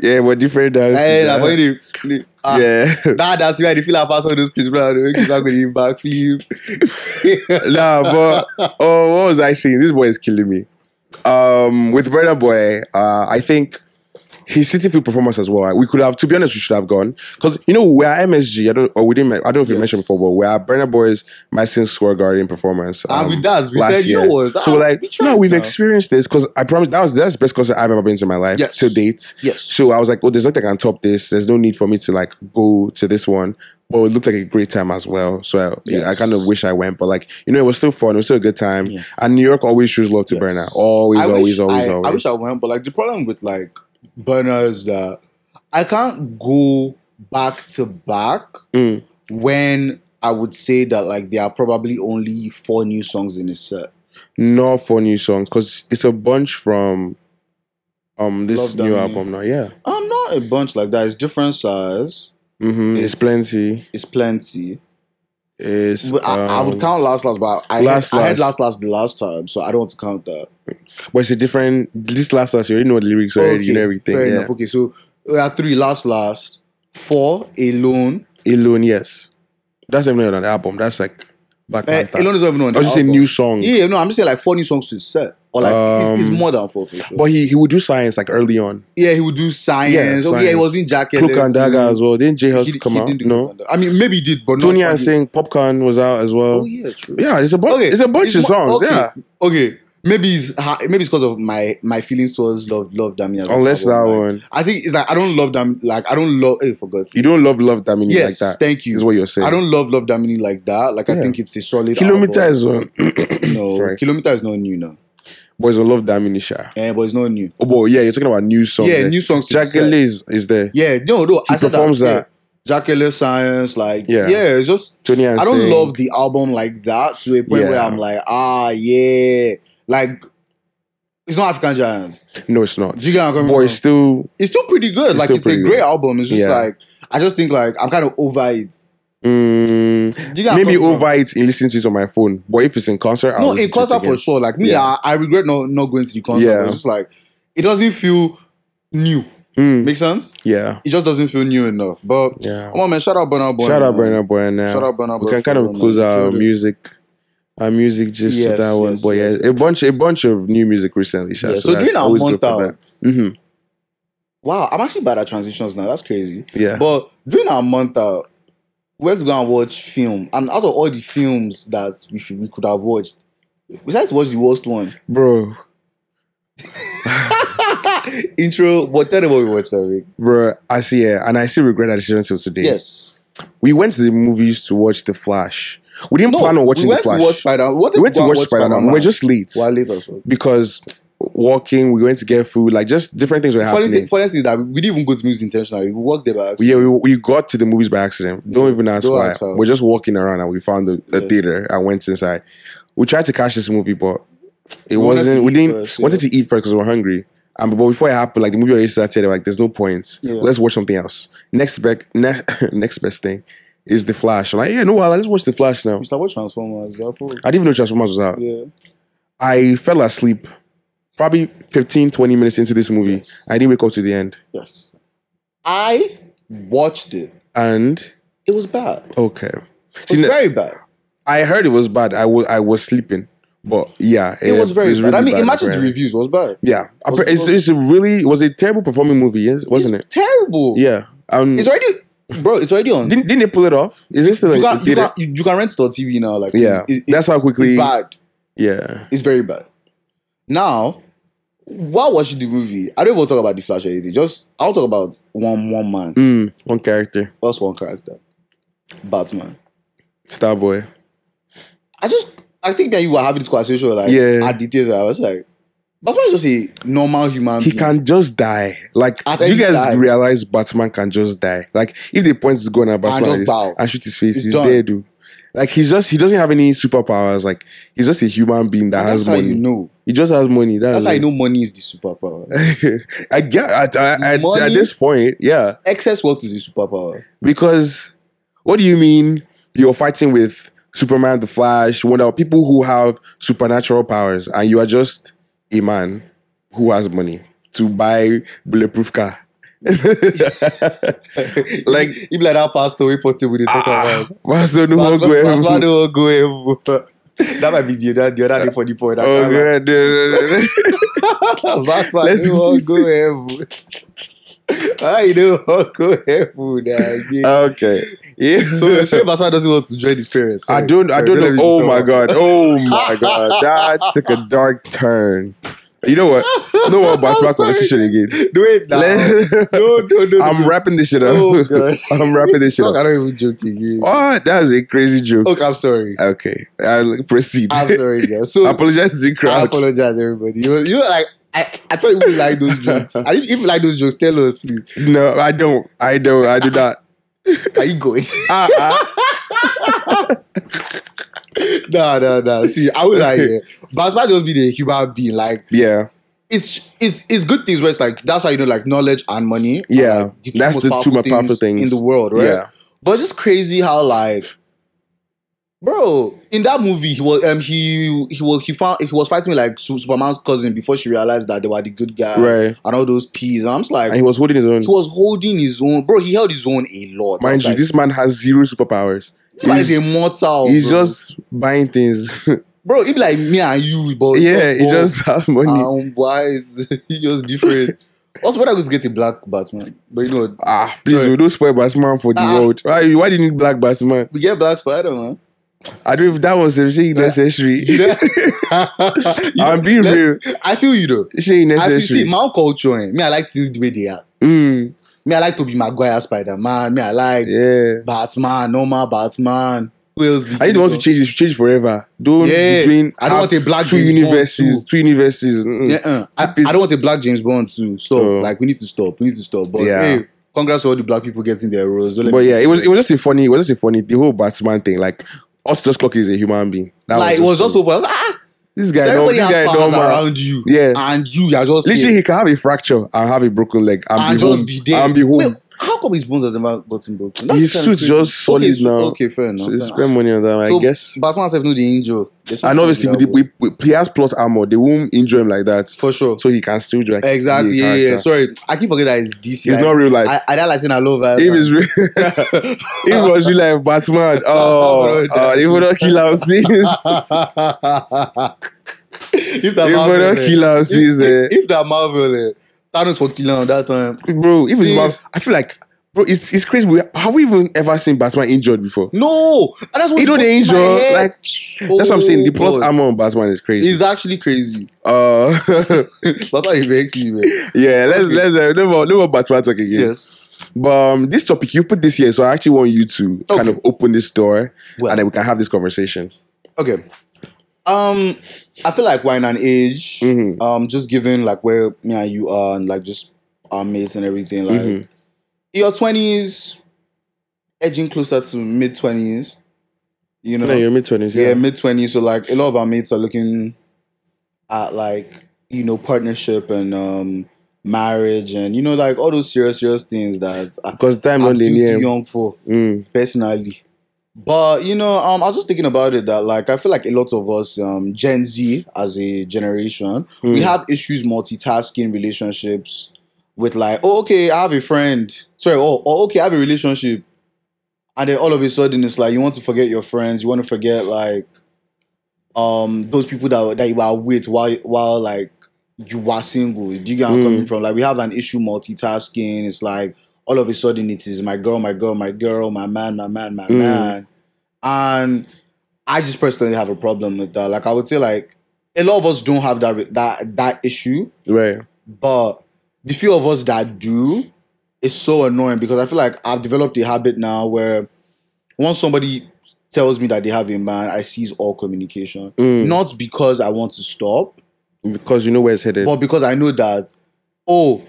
B: yeah, were different dances.
A: Hey, nah,
B: yeah.
A: but you know, ah,
B: yeah.
A: That, that's why they feel like passing those Chris Brown. They keep going backflip.
B: nah, but oh, what was I saying? This boy is killing me. Um, with Burner Boy, uh, I think his City Field performance as well. We could have, to be honest, we should have gone because you know we're at MSG. I don't, or we didn't. I don't know if we
A: Yes.
B: mentioned before, but we're at Burner Boy's Madison Square Garden performance.
A: and
B: um,
A: with that, Ah, we
B: last
A: said, you
B: year.
A: know what?
B: so
A: ah,
B: we're like,
A: we tried
B: no, we've
A: now.
B: experienced this because I promise that was that's the best concert I've ever been to in my life
A: Yes.
B: to date.
A: Yes.
B: So I was like, oh, there's nothing I can top this. There's no need for me to like go to this one. But it looked like a great time as well. So I, yeah, I
A: Yes.
B: kind of wish I went, but like you know, it was still fun. It was still a good time.
A: Yeah.
B: And New York always shows love to
A: Yes.
B: burn out. Always,
A: I
B: always,
A: wish
B: always,
A: I,
B: always.
A: I wish I went, but like the problem with like burners that I can't go back to back
B: Mm.
A: when I would say that like there are probably only four new songs in a set.
B: Not for new song because it's a bunch from um this
A: Love Dummy.
B: new album now. Yeah,
A: I'm not a bunch like that. It's different size.
B: hmm it's,
A: It's-
B: plenty.
A: It's plenty.
B: It's
A: But I, I would
B: um,
A: count last last, but I
B: Last
A: had, I had
B: Last.
A: last last the last time, so I don't want to count that.
B: But it's a different. This last us, you already know the lyrics already. You know everything.
A: Fair
B: yeah.
A: enough. Okay, so we are three last last, four alone.
B: Alone, yes. That's even not on the album. That's like back.
A: Uh,
B: back, back.
A: alone is not even on.
B: I
A: the
B: was just a
A: album.
B: new song.
A: Yeah, no, I'm just saying like four new songs to set, or like it's, it's
B: Um,
A: more than four for sure.
B: But he, he would do science like early on.
A: yeah, he would do science.
B: Yeah,
A: Yeah, oh, yeah, he
B: science.
A: was in jacket.
B: Cloak and
A: there too.
B: Dagger as well. Didn't J House
A: He-
B: come
A: he
B: out?
A: didn't do
B: No.
A: Cloak and Dagger. I mean maybe he did, but
B: Tony
A: not
B: and saying Popcorn was out as well.
A: Oh yeah, true.
B: yeah. it's a bunch.
A: Okay,
B: It's a bunch
A: it's
B: of
A: mo-
B: songs.
A: okay.
B: Yeah.
A: Okay, maybe it's ha- maybe it's because of my my feelings towards love love Dami. as an
B: Unless that
A: album, like,
B: one,
A: I think it's like I don't love Dami. Like I don't love. Hey, for God's
B: you
A: sake.
B: don't love Love Damini
A: Yes,
B: like that.
A: thank you.
B: Is what you're saying.
A: I don't love Love Damini like that. Like I
B: Yeah.
A: think it's a solid
B: Kilometer
A: album.
B: is on.
A: no
B: Sorry.
A: Kilometer is not new now.
B: Boys on Love Damini Sha.
A: Eh, but it's not new.
B: Oh boy, yeah. You're talking about new songs.
A: yeah,
B: there.
A: new songs. to be
B: Jack
A: set.
B: is is there.
A: Yeah, no, no.
B: He
A: I said
B: performs
A: yeah.
B: that.
A: Jackele science, like
B: Yeah.
A: yeah, it's just
B: Tony and
A: I don't
B: saying-
A: love the album like that to a point where
B: Yeah.
A: I'm like, ah, yeah, like it's not African Giants.
B: No, it's not.
A: Do you get what I'm coming
B: Boy,
A: from?
B: still.
A: It's still pretty good.
B: It's
A: like
B: still
A: it's a
B: pretty
A: great
B: good.
A: album. It's just
B: Yeah.
A: like I just think like I'm kind of over it.
B: mm,
A: Do you get what I'm coming
B: maybe
A: from?
B: over it and listening to it on my phone. But if it's in concert, I'll
A: No,
B: listen
A: in
B: to it
A: concert
B: again.
A: for sure. Like me,
B: Yeah.
A: I, I regret not not going to the concert.
B: Yeah.
A: It's just like it doesn't feel new.
B: Mm,
A: Make sense?
B: yeah,
A: It just doesn't feel new enough. But
B: yeah.
A: come on, man, shout out Burna Boy.
B: Shout
A: man.
B: out Burner Boy now.
A: Shout out Burna Boy.
B: We can
A: for
B: kind of
A: real, man.
B: close
A: He
B: our
A: killed it.
B: music, our music just
A: Yes,
B: that one.
A: yes,
B: but yeah,
A: yes,
B: a
A: yes.
B: bunch, a bunch of new music recently. Sha,
A: Yeah,
B: so,
A: so
B: that's
A: during our
B: always
A: month
B: good for
A: out,
B: that. hmm
A: wow, I'm actually bad at transitions now. That's crazy.
B: Yeah,
A: But during our month out, we had to go and watch film, and out of all the films that we should we could have watched, we decided to watch the worst one.
B: bro,
A: Intro, but tell them what we watched that week.
B: bro. I see. Yeah, and I still regret that decision till today.
A: Yes,
B: we went to the movies to watch The Flash. We didn't plan on watching
A: we
B: The
A: went
B: Flash.
A: to watch Spider. What
B: we went to watch Spider Man. We're just late
A: while later. So.
B: because walking. We went to get food. Like just different things were
A: Funny
B: happening.
A: thing, funny thing is that we didn't even go to movies intentionally. We walked there by
B: Yeah,
A: accident.
B: we, we got to the movies by accident. Don't
A: Yeah,
B: even ask
A: don't
B: why.
A: ask how.
B: We're just walking around and we found the, the
A: Yeah.
B: theater and went inside. We tried to catch this movie, but it
A: We wanted
B: wasn't.
A: to
B: We
A: eat
B: didn't
A: first, yeah.
B: wanted to eat first because we were hungry. Um, but before it happened, like the movie already started. Like, there's no point.
A: Yeah.
B: Let's watch something else. Next bec- ne- next best thing is the Flash. I'm like, yeah, no, well, let's watch the Flash now.
A: We started watching Transformers. therefore,
B: I didn't even know Transformers was out.
A: Yeah,
B: I fell asleep probably 15, 20 minutes into this movie.
A: Yes.
B: I didn't wake up to the end.
A: yes. I watched it.
B: And
A: It was bad.
B: okay,
A: It
B: See,
A: was
B: n-
A: very bad.
B: I heard it was bad. I was I was sleeping, but yeah, um,
A: It was very bad. I mean, it matches the
B: apparently.
A: reviews. It was bad.
B: Yeah,
A: Was-
B: Appa- it's, it's a really it was a terrible performing movie, yes, wasn't
A: It's
B: it?
A: Terrible.
B: Yeah. Um,
A: It's already, bro. It's already on.
B: didn't didn't they pull it off? Is it still
A: you,
B: like
A: can,
B: they
A: you,
B: did
A: can,
B: it?
A: you, you can rent it on TV now. Like
B: Yeah,
A: it- it-
B: that's how quickly.
A: it's bad.
B: Yeah,
A: It's very bad. Now, while watching the movie, I don't even talk about the Flash or anything. Just I'll talk about one one man,
B: mm, one character,
A: just one character, Batman.
B: Starboy.
A: I just I think that you were having this conversation like
B: Yeah.
A: at details. I was like, Batman is just a normal human.
B: He
A: being.
B: can just die. Like,
A: At
B: do you
A: any
B: guys
A: time.
B: realize Batman can just die? Like, if the point is going at Batman,
A: just
B: like this,
A: bow.
B: and shoot his face,
A: He's
B: he's,
A: done.
B: dead. Dude. Like, he's just he doesn't have any superpowers. Like, he's just a human being that
A: And That's
B: has
A: how
B: money.
A: you know.
B: He just has money. That's,
A: That's how
B: it.
A: you know money is the superpower.
B: I get at, at, at, at
A: Money?
B: this point, yeah,
A: Excess wealth is the superpower.
B: because what do you mean you're fighting with Superman, the Flash, one of people who have supernatural powers, and you are just a man who has money to buy bulletproof car? Ah,
A: like he be like that pastor wey portable dey talk
B: ah,
A: about.
B: Master no
A: Pastor-
B: go
A: Pastor
B: ever.
A: no go ever. That might be the other, the other day for the point.
B: Oh god,
A: Batman
B: Let's
A: no wan
B: move.
A: go heaven. How you no wan go heaven again?
B: okay, yeah.
A: so shey Batman doesn't want to join his parents.
B: I
A: Sorry.
B: don't. I
A: Sorry,
B: don't know.
A: let me
B: Oh
A: be
B: my
A: someone.
B: god. Oh my god. That took a dark turn. You know what? No more
A: I'm sorry.
B: Batman conversation again.
A: Do it now.
B: Let-
A: no, no, no.
B: I'm
A: no.
B: wrapping this shit up.
A: Oh, God.
B: I'm wrapping this shit
A: Fuck, I
B: up.
A: don't even joke again.
B: Oh, that was a crazy joke.
A: Okay, I'm sorry.
B: Okay, I'll proceed.
A: I'm sorry, guys. So
B: Apologize to the
A: I
B: crowd.
A: apologize, everybody. You, you know, like I, I thought you would like those jokes. I didn't even like those jokes. Tell us, please.
B: No, I don't. I don't. I do not.
A: Are you going?
B: Ah, ah.
A: no, no, no. See, I would like it. Basma just be the human being. Like
B: yeah,
A: it's it's it's good things where it's like that's why you know like knowledge and money. are,
B: Yeah.
A: like,
B: That's the two most powerful things.
A: in the world, right?
B: yeah.
A: But it's just crazy how like, bro, in that movie he was um he he was he found he was fighting with like Su- Superman's cousin before she realized that they were the good guys
B: Right.
A: and all those peas. And I'm just like,
B: And he was holding his own.
A: he was holding his own, bro. He held his own a lot. I
B: Mind
A: was
B: you,
A: like,
B: this man has zero superpowers.
A: this man is a mortal.
B: He's
A: bro.
B: just buying things.
A: bro. It be like me and you, but
B: yeah, he
A: but-
B: just have money.
A: Um, why is he just different? also, when I was getting black Batman, but you know,
B: ah, please,
A: sorry.
B: we don't spoil Batman for the
A: Ah.
B: world. Why, why do you need black Batman?
A: we get black Spider Man.
B: I don't know if that was
A: Eh,
B: actually necessary. I'm being real.
A: I feel you though.
B: She ain't
A: I feel, see,
B: necessary.
A: my own culture, eh, me, I like things the way they are.
B: Mm,
A: Me, I like to be Maguire Spider Man. Me, I like
B: yeah.
A: Batman, normal Batman. Who else? be
B: I need the
A: good,
B: one to
A: though?
B: change. it should Change forever. Don't
A: Yeah.
B: between
A: I don't want a black
B: two
A: James Bond
B: universes. Two universes. Mm.
A: Yeah, uh, I,
B: Keep it-
A: I don't want a black James Bond too. Stop.
B: Oh.
A: Like we need to stop. We need to stop. But
B: Yeah.
A: hey, congrats to all the black people getting their roles. Don't let
B: But
A: me-
B: yeah, it was it was just a funny. It was just a funny. The whole Batman thing, like. Otis Clock is a human being. That
A: like it was just over. Ah,
B: this guy. Don't,
A: everybody
B: this
A: has
B: guy
A: powers
B: don't mind.
A: around you.
B: Yeah,
A: and you are just
B: Literally,
A: here
B: he can have a fracture and have a broken leg and,
A: and
B: be,
A: just
B: home,
A: be there.
B: and be home.
A: Wait, how come his bones has never gotten broken?
B: His
A: kind of
B: suit's
A: crazy.
B: just solid
A: okay, so-
B: now.
A: Okay, fair enough.
B: so they
A: fair
B: spend money on that,
A: So,
B: I guess.
A: Batman self no the angel.
B: And obviously, with the, with, with, he has plus armor. They won't injure him like that,
A: for sure.
B: so he can still do like
A: exactly.
B: be a
A: Yeah, yeah,
B: character.
A: yeah. Sorry, I keep forgetting that it's DC.
B: It's
A: I,
B: not real life.
A: I, I don't like saying I love that.
B: if it's real, if it was real life, Batman. Oh,
A: Bro,
B: oh they would not kill him. sis.
A: if that
B: They would
A: Marvel,
B: not
A: eh,
B: kill him.
A: if,
B: sis, eh.
A: if, if that Marvel, eh, Thanos for killing on that time.
B: Bro, if it's
A: Sis.
B: Marvel, I feel like, bro, it's it's crazy. We, have we even ever seen Batman injured before?
A: No, and that's what
B: You know
A: put
B: the
A: in my
B: injury,
A: head.
B: like that's what I'm saying. The plus
A: Oh, God.
B: armor on Batman is crazy.
A: It's actually crazy.
B: uh,
A: That's why it makes me, man.
B: Yeah, let's
A: Okay.
B: let's uh, no more no more Batman talk again.
A: Yes.
B: But um, this topic you put this here, so I actually want you to kind
A: Okay.
B: of open this door,
A: Well.
B: and then we can have this conversation.
A: Okay. Um, I feel like we're in an age,
B: Mhm.
A: um, just given like where me and you are and like just our mates and everything, like
B: Mhm.
A: in your twenties, edging closer to mid twenties, you know.
B: mid twenties.
A: yeah, mid twenties. So like a lot of our mates are looking at like, you know, partnership and um marriage and you know, like all those serious, serious things that I-
B: because time
A: I'm,
B: not
A: still
B: linear.
A: too young for
B: Mm.
A: personally. But you know, um, I was just thinking about it that like I feel like a lot of us, um, Gen Z as a generation, we
B: Mm.
A: have issues multitasking relationships with like, oh okay, I have a friend. Sorry, oh, oh okay, I have a relationship. And then all of a sudden it's like you want to forget your friends, you want to forget like um those people that that you are with while while like you are single. Do you get where I'm
B: Mm.
A: coming from? Like we have an issue multitasking. It's like all of a sudden it is my girl, my girl, my girl, my man, my man, my
B: Mm.
A: man. And I just personally have a problem with that. Like I would say like a lot of us don't have that that that issue,
B: Right.
A: but the few of us that do, it's so annoying because I feel like I've developed a habit now where once somebody tells me that they have a man, I cease all communication.
B: Mm.
A: Not because I want to stop,
B: Because you know where it's headed.
A: but because I know that oh,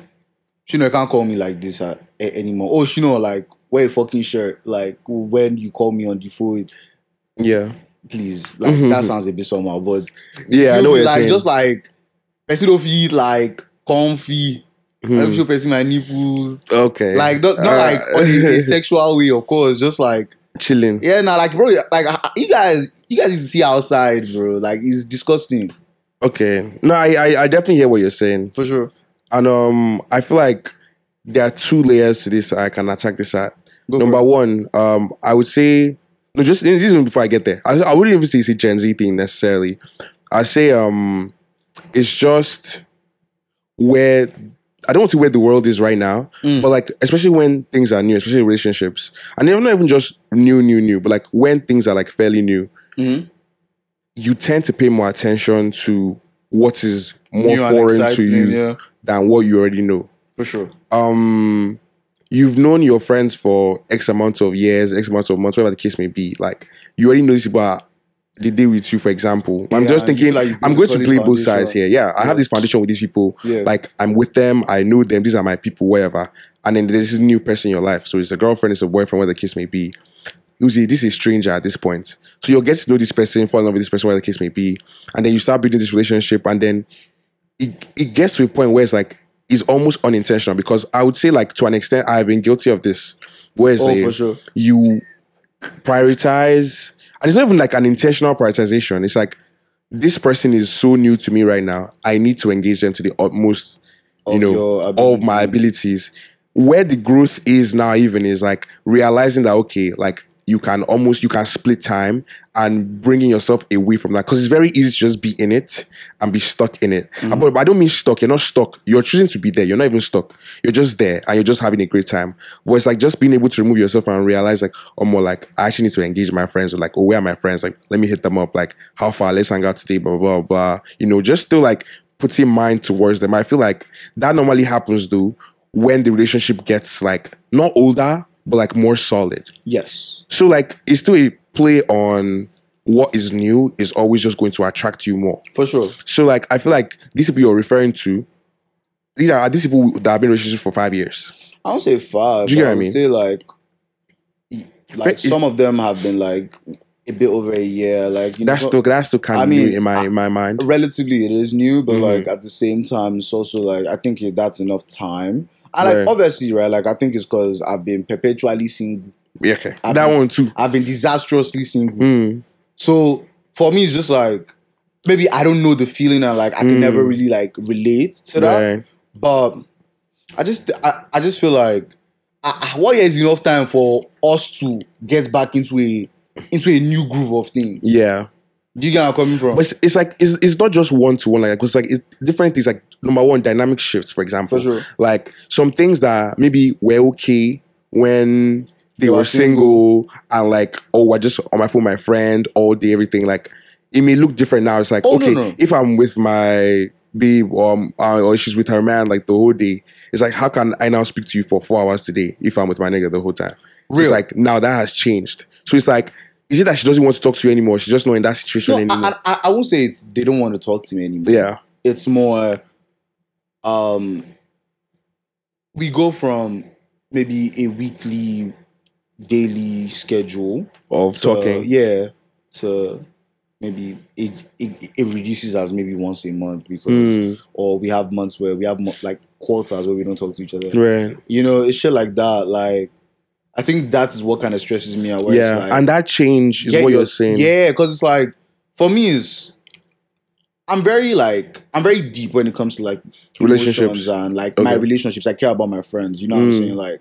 A: Shino you can't call me like this uh, a- anymore. Oh, Shino like wear a fucking shirt. Like when you call me on the phone,
B: yeah.
A: please. Like that sounds a bit somehow, but
B: Mm-hmm. Yeah, I
A: You'll
B: know what
A: be
B: you're
A: like
B: saying.
A: just like person don't feel like comfy.
B: Mm.
A: I don't feel person my nipples.
B: okay.
A: Like not, not
B: Uh,
A: like on a, a sexual way, of course. Just like
B: chilling.
A: yeah, nah, like bro, like ah, you guys, you guys need to see outside, bro. Like it's disgusting
B: Okay. No, I, I I definitely hear what you're saying,
A: for sure.
B: and um, I feel like there are two layers to this. I can attack this at.
A: Go
B: Number
A: for
B: one, um, I would say no. Just this is even before I get there. I, I wouldn't even say it's a Gen Z thing necessarily. I say um, it's just where I don't see where the world is right now,
A: Mm.
B: but like especially when things are new, especially relationships, and they're not even just new, new, new, but like when things are like fairly new,
A: it. Mhm.
B: you tend to pay more attention to what is more
A: New and
B: foreign to
A: exciting,
B: you
A: yeah,
B: than what you already know
A: for sure.
B: um you've known your friends for X amount of years, X amount of months, whatever the case may be. Like you already know these people are the day with you, for example. I'm
A: Yeah,
B: just
A: and you
B: thinking,
A: like you build
B: I'm going to
A: solid
B: play both sides here.
A: foundation.
B: Yeah, I
A: Yeah.
B: have this foundation with these people.
A: Yeah.
B: Like I'm with them, I know them. These are my people, wherever. And then there's this new person in your life. So it's a girlfriend, it's a boyfriend, whatever the case may be. Usually, this is a stranger at this point. So you'll get to know this person, fall in love with this person, whatever the case may be. And then you start building this relationship, and then it, it gets to a point where it's like it's almost unintentional because I would say like to an extent I've been guilty of this. Where it's
A: Oh,
B: a-
A: for sure.
B: you prioritize, and it's not even like an intentional prioritization. It's like this person is so new to me right now. I need to engage them to the utmost, you
A: Of
B: know,
A: your
B: of my abilities. Where the growth is now, even is like realizing that okay, like you can almost you can split time and bringing yourself away from that because it's very easy to just be in it and be stuck in it. And But I don't mean stuck. You're not stuck. You're choosing to be there. You're not even stuck. You're just there and you're just having a great time. But it's like just being able to remove yourself and realize like, oh, more like I actually need to engage my friends. Or like, oh, where are my friends? Like, let me hit them up. Like, how far? Let's hang out today. Blah blah blah. You know, just still like putting mind towards them. I feel like that normally happens though when the relationship gets like not older but like more solid.
A: Yes.
B: So like it's still a play on what is new is always just going to attract you more.
A: For sure.
B: So like I feel like these people you're referring to, these are these people that have been in relationships for five years.
A: I don't say five.
B: Do you
A: but
B: get what I
A: I would
B: mean?
A: Say like, like
B: If-
A: some of them have been like a bit over a year. Like you
B: That's
A: know,
B: still that's still kind
A: I
B: of
A: mean,
B: new in my in my mind.
A: relatively it is new, but
B: Mhm.
A: like at the same time, it's also like I think yeah, that's enough time. And like
B: Right.
A: obviously, right? Like I think it's because I've been perpetually single.
B: Yeah, okay,
A: I
B: that
A: mean-
B: one too.
A: I've been disastrously single.
B: Mm.
A: So for me, it's just like maybe I don't know the feeling, and like I can
B: Mm.
A: never really like relate to that.
B: Right.
A: But I just I, I just feel like I, I, one year is enough time for us to get back into a into a new groove of things.
B: Yeah.
A: Do you get where I'm coming from?
B: But it's, it's like it's, it's not just one to one like because like it, different things like number one dynamic shifts for example
A: For sure.
B: like some things that maybe were okay when they,
A: They
B: were
A: were
B: single, and like oh I just on my phone with my friend all day everything like it may look different now it's like
A: Oh, no,
B: okay
A: no.
B: if I'm with my babe or, um, uh, or she's with her man like the whole day it's like how can I now speak to you for four hours today if I'm with my nigga the whole time
A: Real.
B: it's like now that has changed so it's like is it that she doesn't want to talk to you anymore she's just not in that situation
A: No,
B: anymore
A: I, I, I won't say it's they don't want to talk to me anymore.
B: yeah
A: It's more um we go from maybe a weekly daily schedule
B: of
A: to-
B: talking
A: yeah to maybe it, it it reduces as maybe once a month because
B: Mm,
A: or we have months where we have mo- like quarters where we don't talk to each other
B: right
A: you know it's shit like that like i think that's what kind of stresses me out where it's
B: yeah
A: like-
B: and that change is
A: Get
B: what
A: your-
B: you're saying
A: Yeah, because it's like for me is I'm very like I'm very deep when it comes to like
B: Relationships.
A: emotions and like my
B: Okay.
A: relationships. I care about my friends. You know what I'm
B: Mm.
A: saying? Like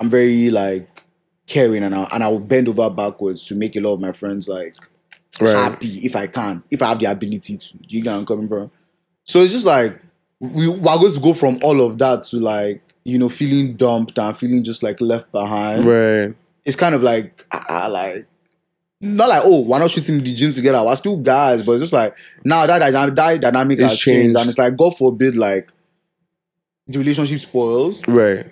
A: I'm very like caring and I and I will bend over backwards to make a lot of my friends like
B: right
A: happy if I can, if I have the ability to. Do you get where I'm coming from? So it's just like we we're going to go from all of that to like you know feeling dumped and feeling just like left behind
B: right
A: it's kind of like ah, like not like oh we're not shooting the gym together we're still guys but it's just like now that dyna- that dynamic
B: It's
A: has changed.
B: changed.
A: and it's like God forbid like the relationship spoils
B: right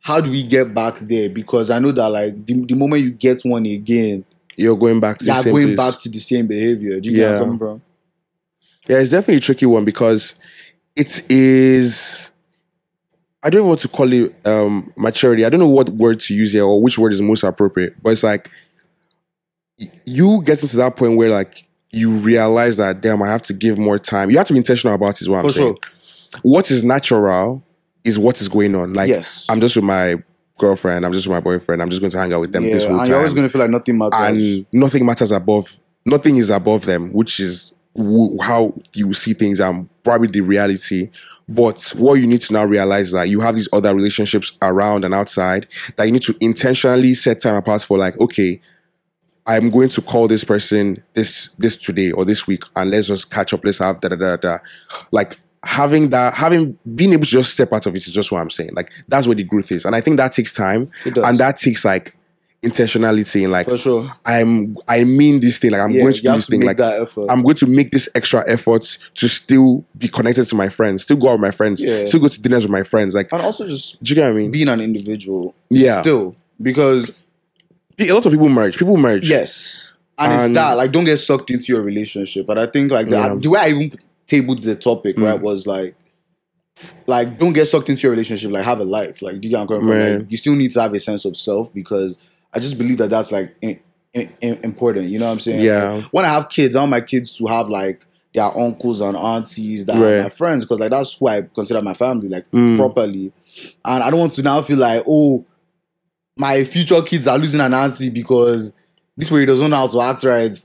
A: how do we get back there because I know that like the, the moment you get one again
B: you're going back to the
A: you're
B: same
A: going
B: place.
A: back to the same behavior do you get where
B: Yeah.
A: I'm coming from
B: yeah it's definitely a tricky one because it is i don't even want to call it um maturity i don't know what word to use here or which word is most appropriate but it's like y- you get to that point where like you realize that damn i have to give more time you have to be intentional about it is what i'm
A: For
B: saying what is natural is what is going on like
A: yes
B: I'm just with my girlfriend. I'm just with my boyfriend. I'm just going to hang out with them
A: yeah,
B: this whole
A: and
B: time.
A: you're always gonna feel like nothing matters
B: and nothing matters above. Nothing is above them, which is w- how you see things and probably the reality. But what you need to now realize is that you have these other relationships around and outside that you need to intentionally set time apart for. Like, okay, I'm going to call this person this this today or this week, and let's just catch up. Let's have da da da da. Like having that, having being able to just step out of it is just what I'm saying. Like that's where the growth is, and I think that takes time,
A: It does.
B: and that takes like intentionality and like
A: for sure
B: I'm I mean this thing. Like I'm
A: yeah,
B: going to
A: you
B: do
A: have
B: this
A: to
B: thing.
A: make
B: Like
A: that effort
B: I'm going to make this extra effort to still be connected to my friends, still go out with my friends,
A: Yeah.
B: still go to dinners with my friends. Like,
A: and also just
B: do you get what I mean?
A: being an individual
B: Yeah.
A: still because
B: A lot of people merge. People merge.
A: yes and,
B: And-
A: it's that like don't get sucked into your relationship. But I think like the,
B: Yeah.
A: the way I even tabled the topic
B: Mm.
A: right was like like don't get sucked into your relationship. Like have a life. Like do you get what I'm coming from?
B: Man.
A: Like, you still need to have a sense of self because I just believe that that's like in, in, in- important. You know what I'm saying?
B: Yeah.
A: Like, when I have kids, I want my kids to have like their uncles and aunties that
B: Right.
A: are my friends because like that's who I consider my family. Like
B: Mm.
A: properly. And I don't want to now feel like, oh, my future kids are losing an auntie because this way he doesn't know how to act right.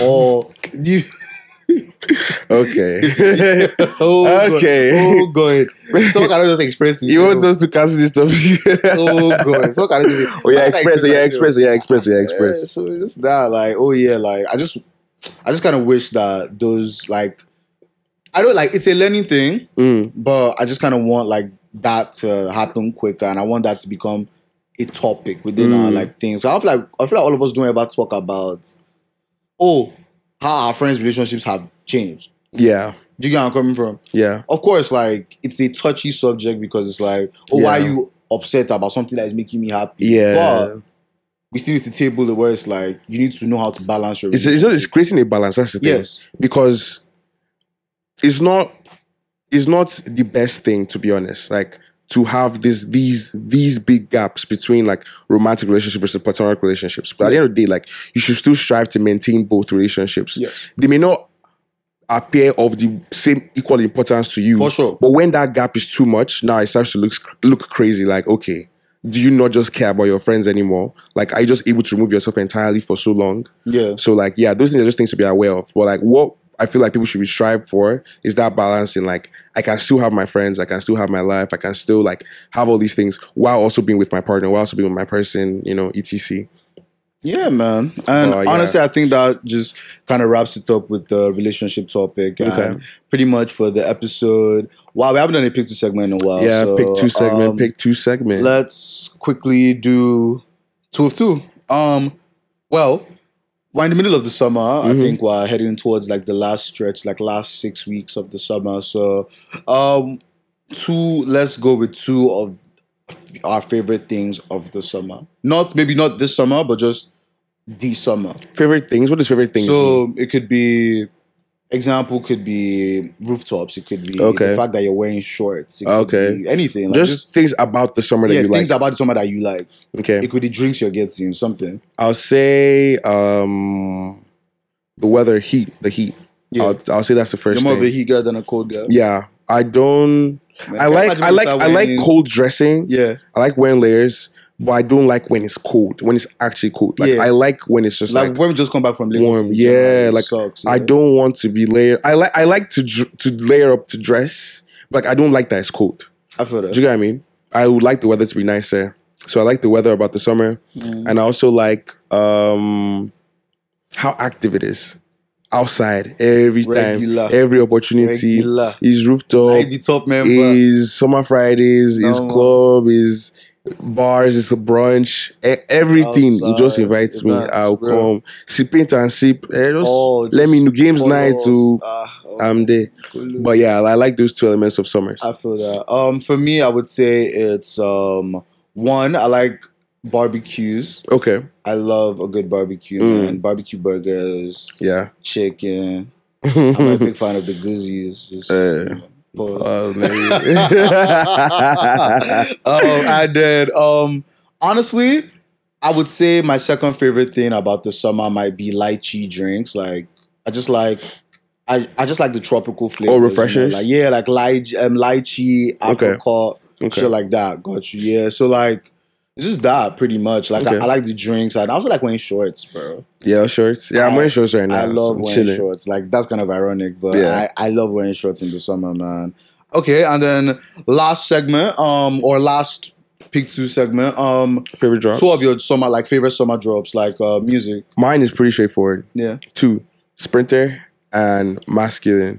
A: Or you
B: Okay.
A: oh, God.
B: Okay.
A: Oh god. So what can I just express
B: you want
A: yourself?
B: us to cancel this topic?
A: Oh god. So what can I just
B: Oh yeah,
A: how can I
B: express. Oh yeah,
A: myself?
B: express. Oh yeah, express. Oh yeah, express.
A: Yeah, so it's just that, like, oh yeah, like I just, I just kind of wish that those, like, I don't like. It's a learning thing,
B: Mm.
A: but I just kind of want like that to happen quicker, and I want that to become a topic within our
B: Mm.
A: like things. So I feel like I feel like all of us don't ever talk about oh how our friends' relationships have changed.
B: Yeah.
A: Do you get where I'm coming from?
B: Yeah.
A: Of course, like it's a touchy subject because it's like oh why are
B: Yeah.
A: you upset about something that is making me happy?
B: Yeah.
A: But we still need to table it where it's like you need to know how to balance your.
B: it's, it's just it's creating a balance. That's the thing.
A: yes,
B: because it's not it's not the best thing to be honest like to have this these these big gaps between like romantic relationships and platonic relationships but at the end of the day like you should still strive to maintain both relationships
A: Yes.
B: they may not appear of the same equal importance to you
A: for sure.
B: but when that gap is too much, now it starts to look look crazy. Like, okay, do you not just care about your friends anymore? Like, are you just able to remove yourself entirely for so long?
A: Yeah,
B: So, like, yeah, those things are just things to be aware of. But like, what I feel like people should be strived for is that balance in like, I can still have my friends, I can still have my life, I can still like have all these things while also being with my partner, while also being with my person, you know, etc.
A: yeah, man. And
B: Oh, yeah.
A: honestly, I think that just kind of wraps it up with the relationship topic. and
B: Okay.
A: pretty much for the episode. Wow, we haven't done a pick two segment in a while.
B: yeah,
A: so,
B: pick two segment,
A: um,
B: pick two segment.
A: Let's quickly do two of two. Um, well, we're in the middle of the summer.
B: Mhm.
A: I think we're heading towards like the last stretch, like last six weeks of the summer. So, um, two. Let's go with two of our favorite things of the summer. Not maybe not this summer, but just the summer.
B: favorite things. What is favorite things? mean?
A: So it could be example could be rooftops. It could be
B: Okay.
A: the fact that you're wearing shorts. It could
B: Okay.
A: be anything. Like
B: just,
A: just,
B: things about the summer that
A: yeah,
B: you like.
A: things about summer that you like.
B: okay.
A: It could be drinks you're getting, something.
B: I'll say um the weather, heat, the heat.
A: Yeah,
B: I'll, I'll say that's the 1st
A: you're
B: thing.
A: more of a heat girl than a cold girl.
B: Yeah, I
A: Man,
B: don't. I
A: can you
B: like.
A: imagine
B: I
A: me
B: like.
A: start
B: I like
A: wearing-
B: cold dressing.
A: Yeah,
B: I like wearing layers, but I don't like when it's cold. When it's actually cold. Like
A: Yeah.
B: I like when it's just
A: like,
B: like.
A: when we just come back from Lagos,
B: warm,
A: it
B: yeah, like,
A: sucks,
B: I
A: yeah.
B: don't want to be layered. I like. I like to dr- to layer up to dress. But like I don't like that it's cold.
A: I feel
B: Do you
A: that.
B: get what I mean? I would like the weather to be nicer. So I like the weather about the summer.
A: Mm.
B: and I also like um how active it is outside every
A: Regular.
B: time, every opportunity.
A: Regular.
B: Is rooftop,
A: I be top member.
B: is summer Fridays, is
A: No.
B: club, is bars, is brunch, e- everything. It just
A: Outside
B: invites me.
A: events,
B: I'll
A: bro.
B: come, sip it and sip. Eh, just
A: Oh,
B: let
A: just
B: me know games
A: follow
B: night
A: us.
B: to
A: Ah, oh,
B: I'm there.
A: cool.
B: But yeah, I like those two elements of summers.
A: I feel that. Um, for me, I would say it's um one. I like barbecues.
B: Okay,
A: I love a good barbecue,
B: Mm.
A: man. Barbecue burgers,
B: yeah.
A: chicken. I'm a
B: oh,
A: big fan of the glizzies. Just, you
B: Eh.
A: know, pause.
B: maybe.
A: oh, I did. Um, honestly, I would say my second favorite thing about the summer might be lychee drinks. Like, I just like. I, I just like the tropical flavor.
B: Oh, refreshers?
A: Like, yeah, like lychee, um, lychee
B: Okay.
A: apricot,
B: okay.
A: shit like that. Got you. Yeah. So like, it's just that pretty much. Like
B: Okay.
A: I, I like the drinks. I, I also like wearing shorts, bro.
B: Yeah, shorts. Yeah, I, am
A: I-
B: wearing shorts right now.
A: I
B: so
A: love
B: I'm
A: wearing
B: chilling.
A: shorts. Like that's kind of ironic, but
B: Yeah.
A: I, I love wearing shorts in the summer, man. Okay, and then last segment, um, or last pick two segment, um,
B: Favorite drops.
A: two of your summer like favorite summer drops, like uh music.
B: Mine is pretty straightforward.
A: Yeah.
B: Two, Sprinter and Masculine.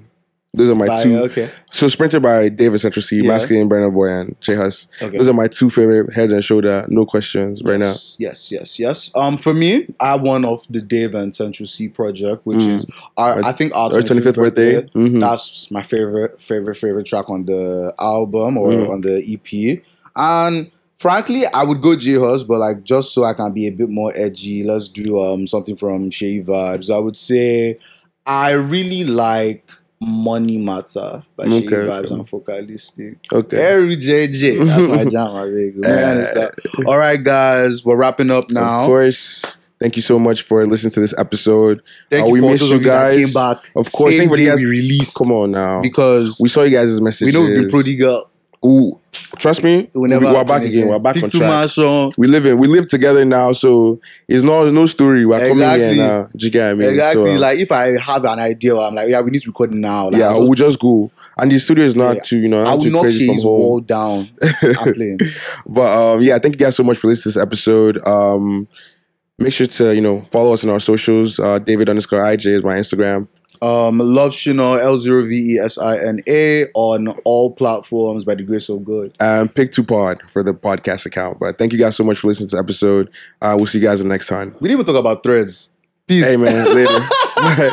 B: Those are my
A: Bye,
B: two.
A: okay.
B: So Sprinter by David Central C,
A: Yeah.
B: Masculine, Brandon Boy, and Jay Huss.
A: Okay.
B: Those are my two favorite head and shoulder, no questions right now.
A: Yes, Yes, yes, yes. Um, for me, I have one of the Dave and Central C project, which
B: Mm.
A: is our,
B: Our-
A: I think our
B: Our 25th birthday. Mhm.
A: That's my favorite, favorite, favorite track on the album or
B: Mm.
A: on the EP. And Frankly, I would go J Hus, but like just so I can be a bit more edgy, let's do um something from Shay Vibes. I would say I really like Money Matter by Shay
B: Okay,
A: Vibes
B: okay.
A: and Focalistic.
B: Okay.
A: Every JJ, that's my jam, my baby.
B: Uh,
A: Man, it's like- All right, guys, we're wrapping up
B: Of
A: now.
B: course. Thank you so much for listening to this episode.
A: Thank
B: Uh,
A: you
B: we
A: for
B: miss
A: those
B: you
A: of you that
B: guys.
A: came back.
B: Of course,
A: Same
B: thank you for the
A: day
B: guys-
A: we released
B: Come on now.
A: because
B: we saw you guys'
A: we
B: messages.
A: know we've been pretty girl.
B: Ooh, trust me,
A: We never
B: are
A: happen
B: back again. We're back on
A: Big
B: track.
A: Tuma song.
B: We live in, we live together now, so it's not no story. We're coming
A: Exactly.
B: here now. Do you get what I mean?
A: Exactly.
B: So, um,
A: like if I have an idea, I'm like, yeah, we need to record now. Like,
B: yeah,
A: I'll
B: we'll just go. And the studio is not
A: Yeah.
B: too, you know,
A: I
B: not
A: will
B: too
A: knock
B: crazy from
A: his
B: home.
A: wall down. I'm playing.
B: But um, yeah, thank you guys so much for listening to this episode. Um, make sure to you know follow us on our socials. Uh, David underscore IJ is my Instagram.
A: Um, love Shina L zero V E S I N A on all platforms by the grace of God.
B: And pick two pod for the podcast account. But thank you guys so much for listening to the episode. Uh, we'll see you guys next time.
A: We didn't even talk about threads. Peace.
B: Hey man, later.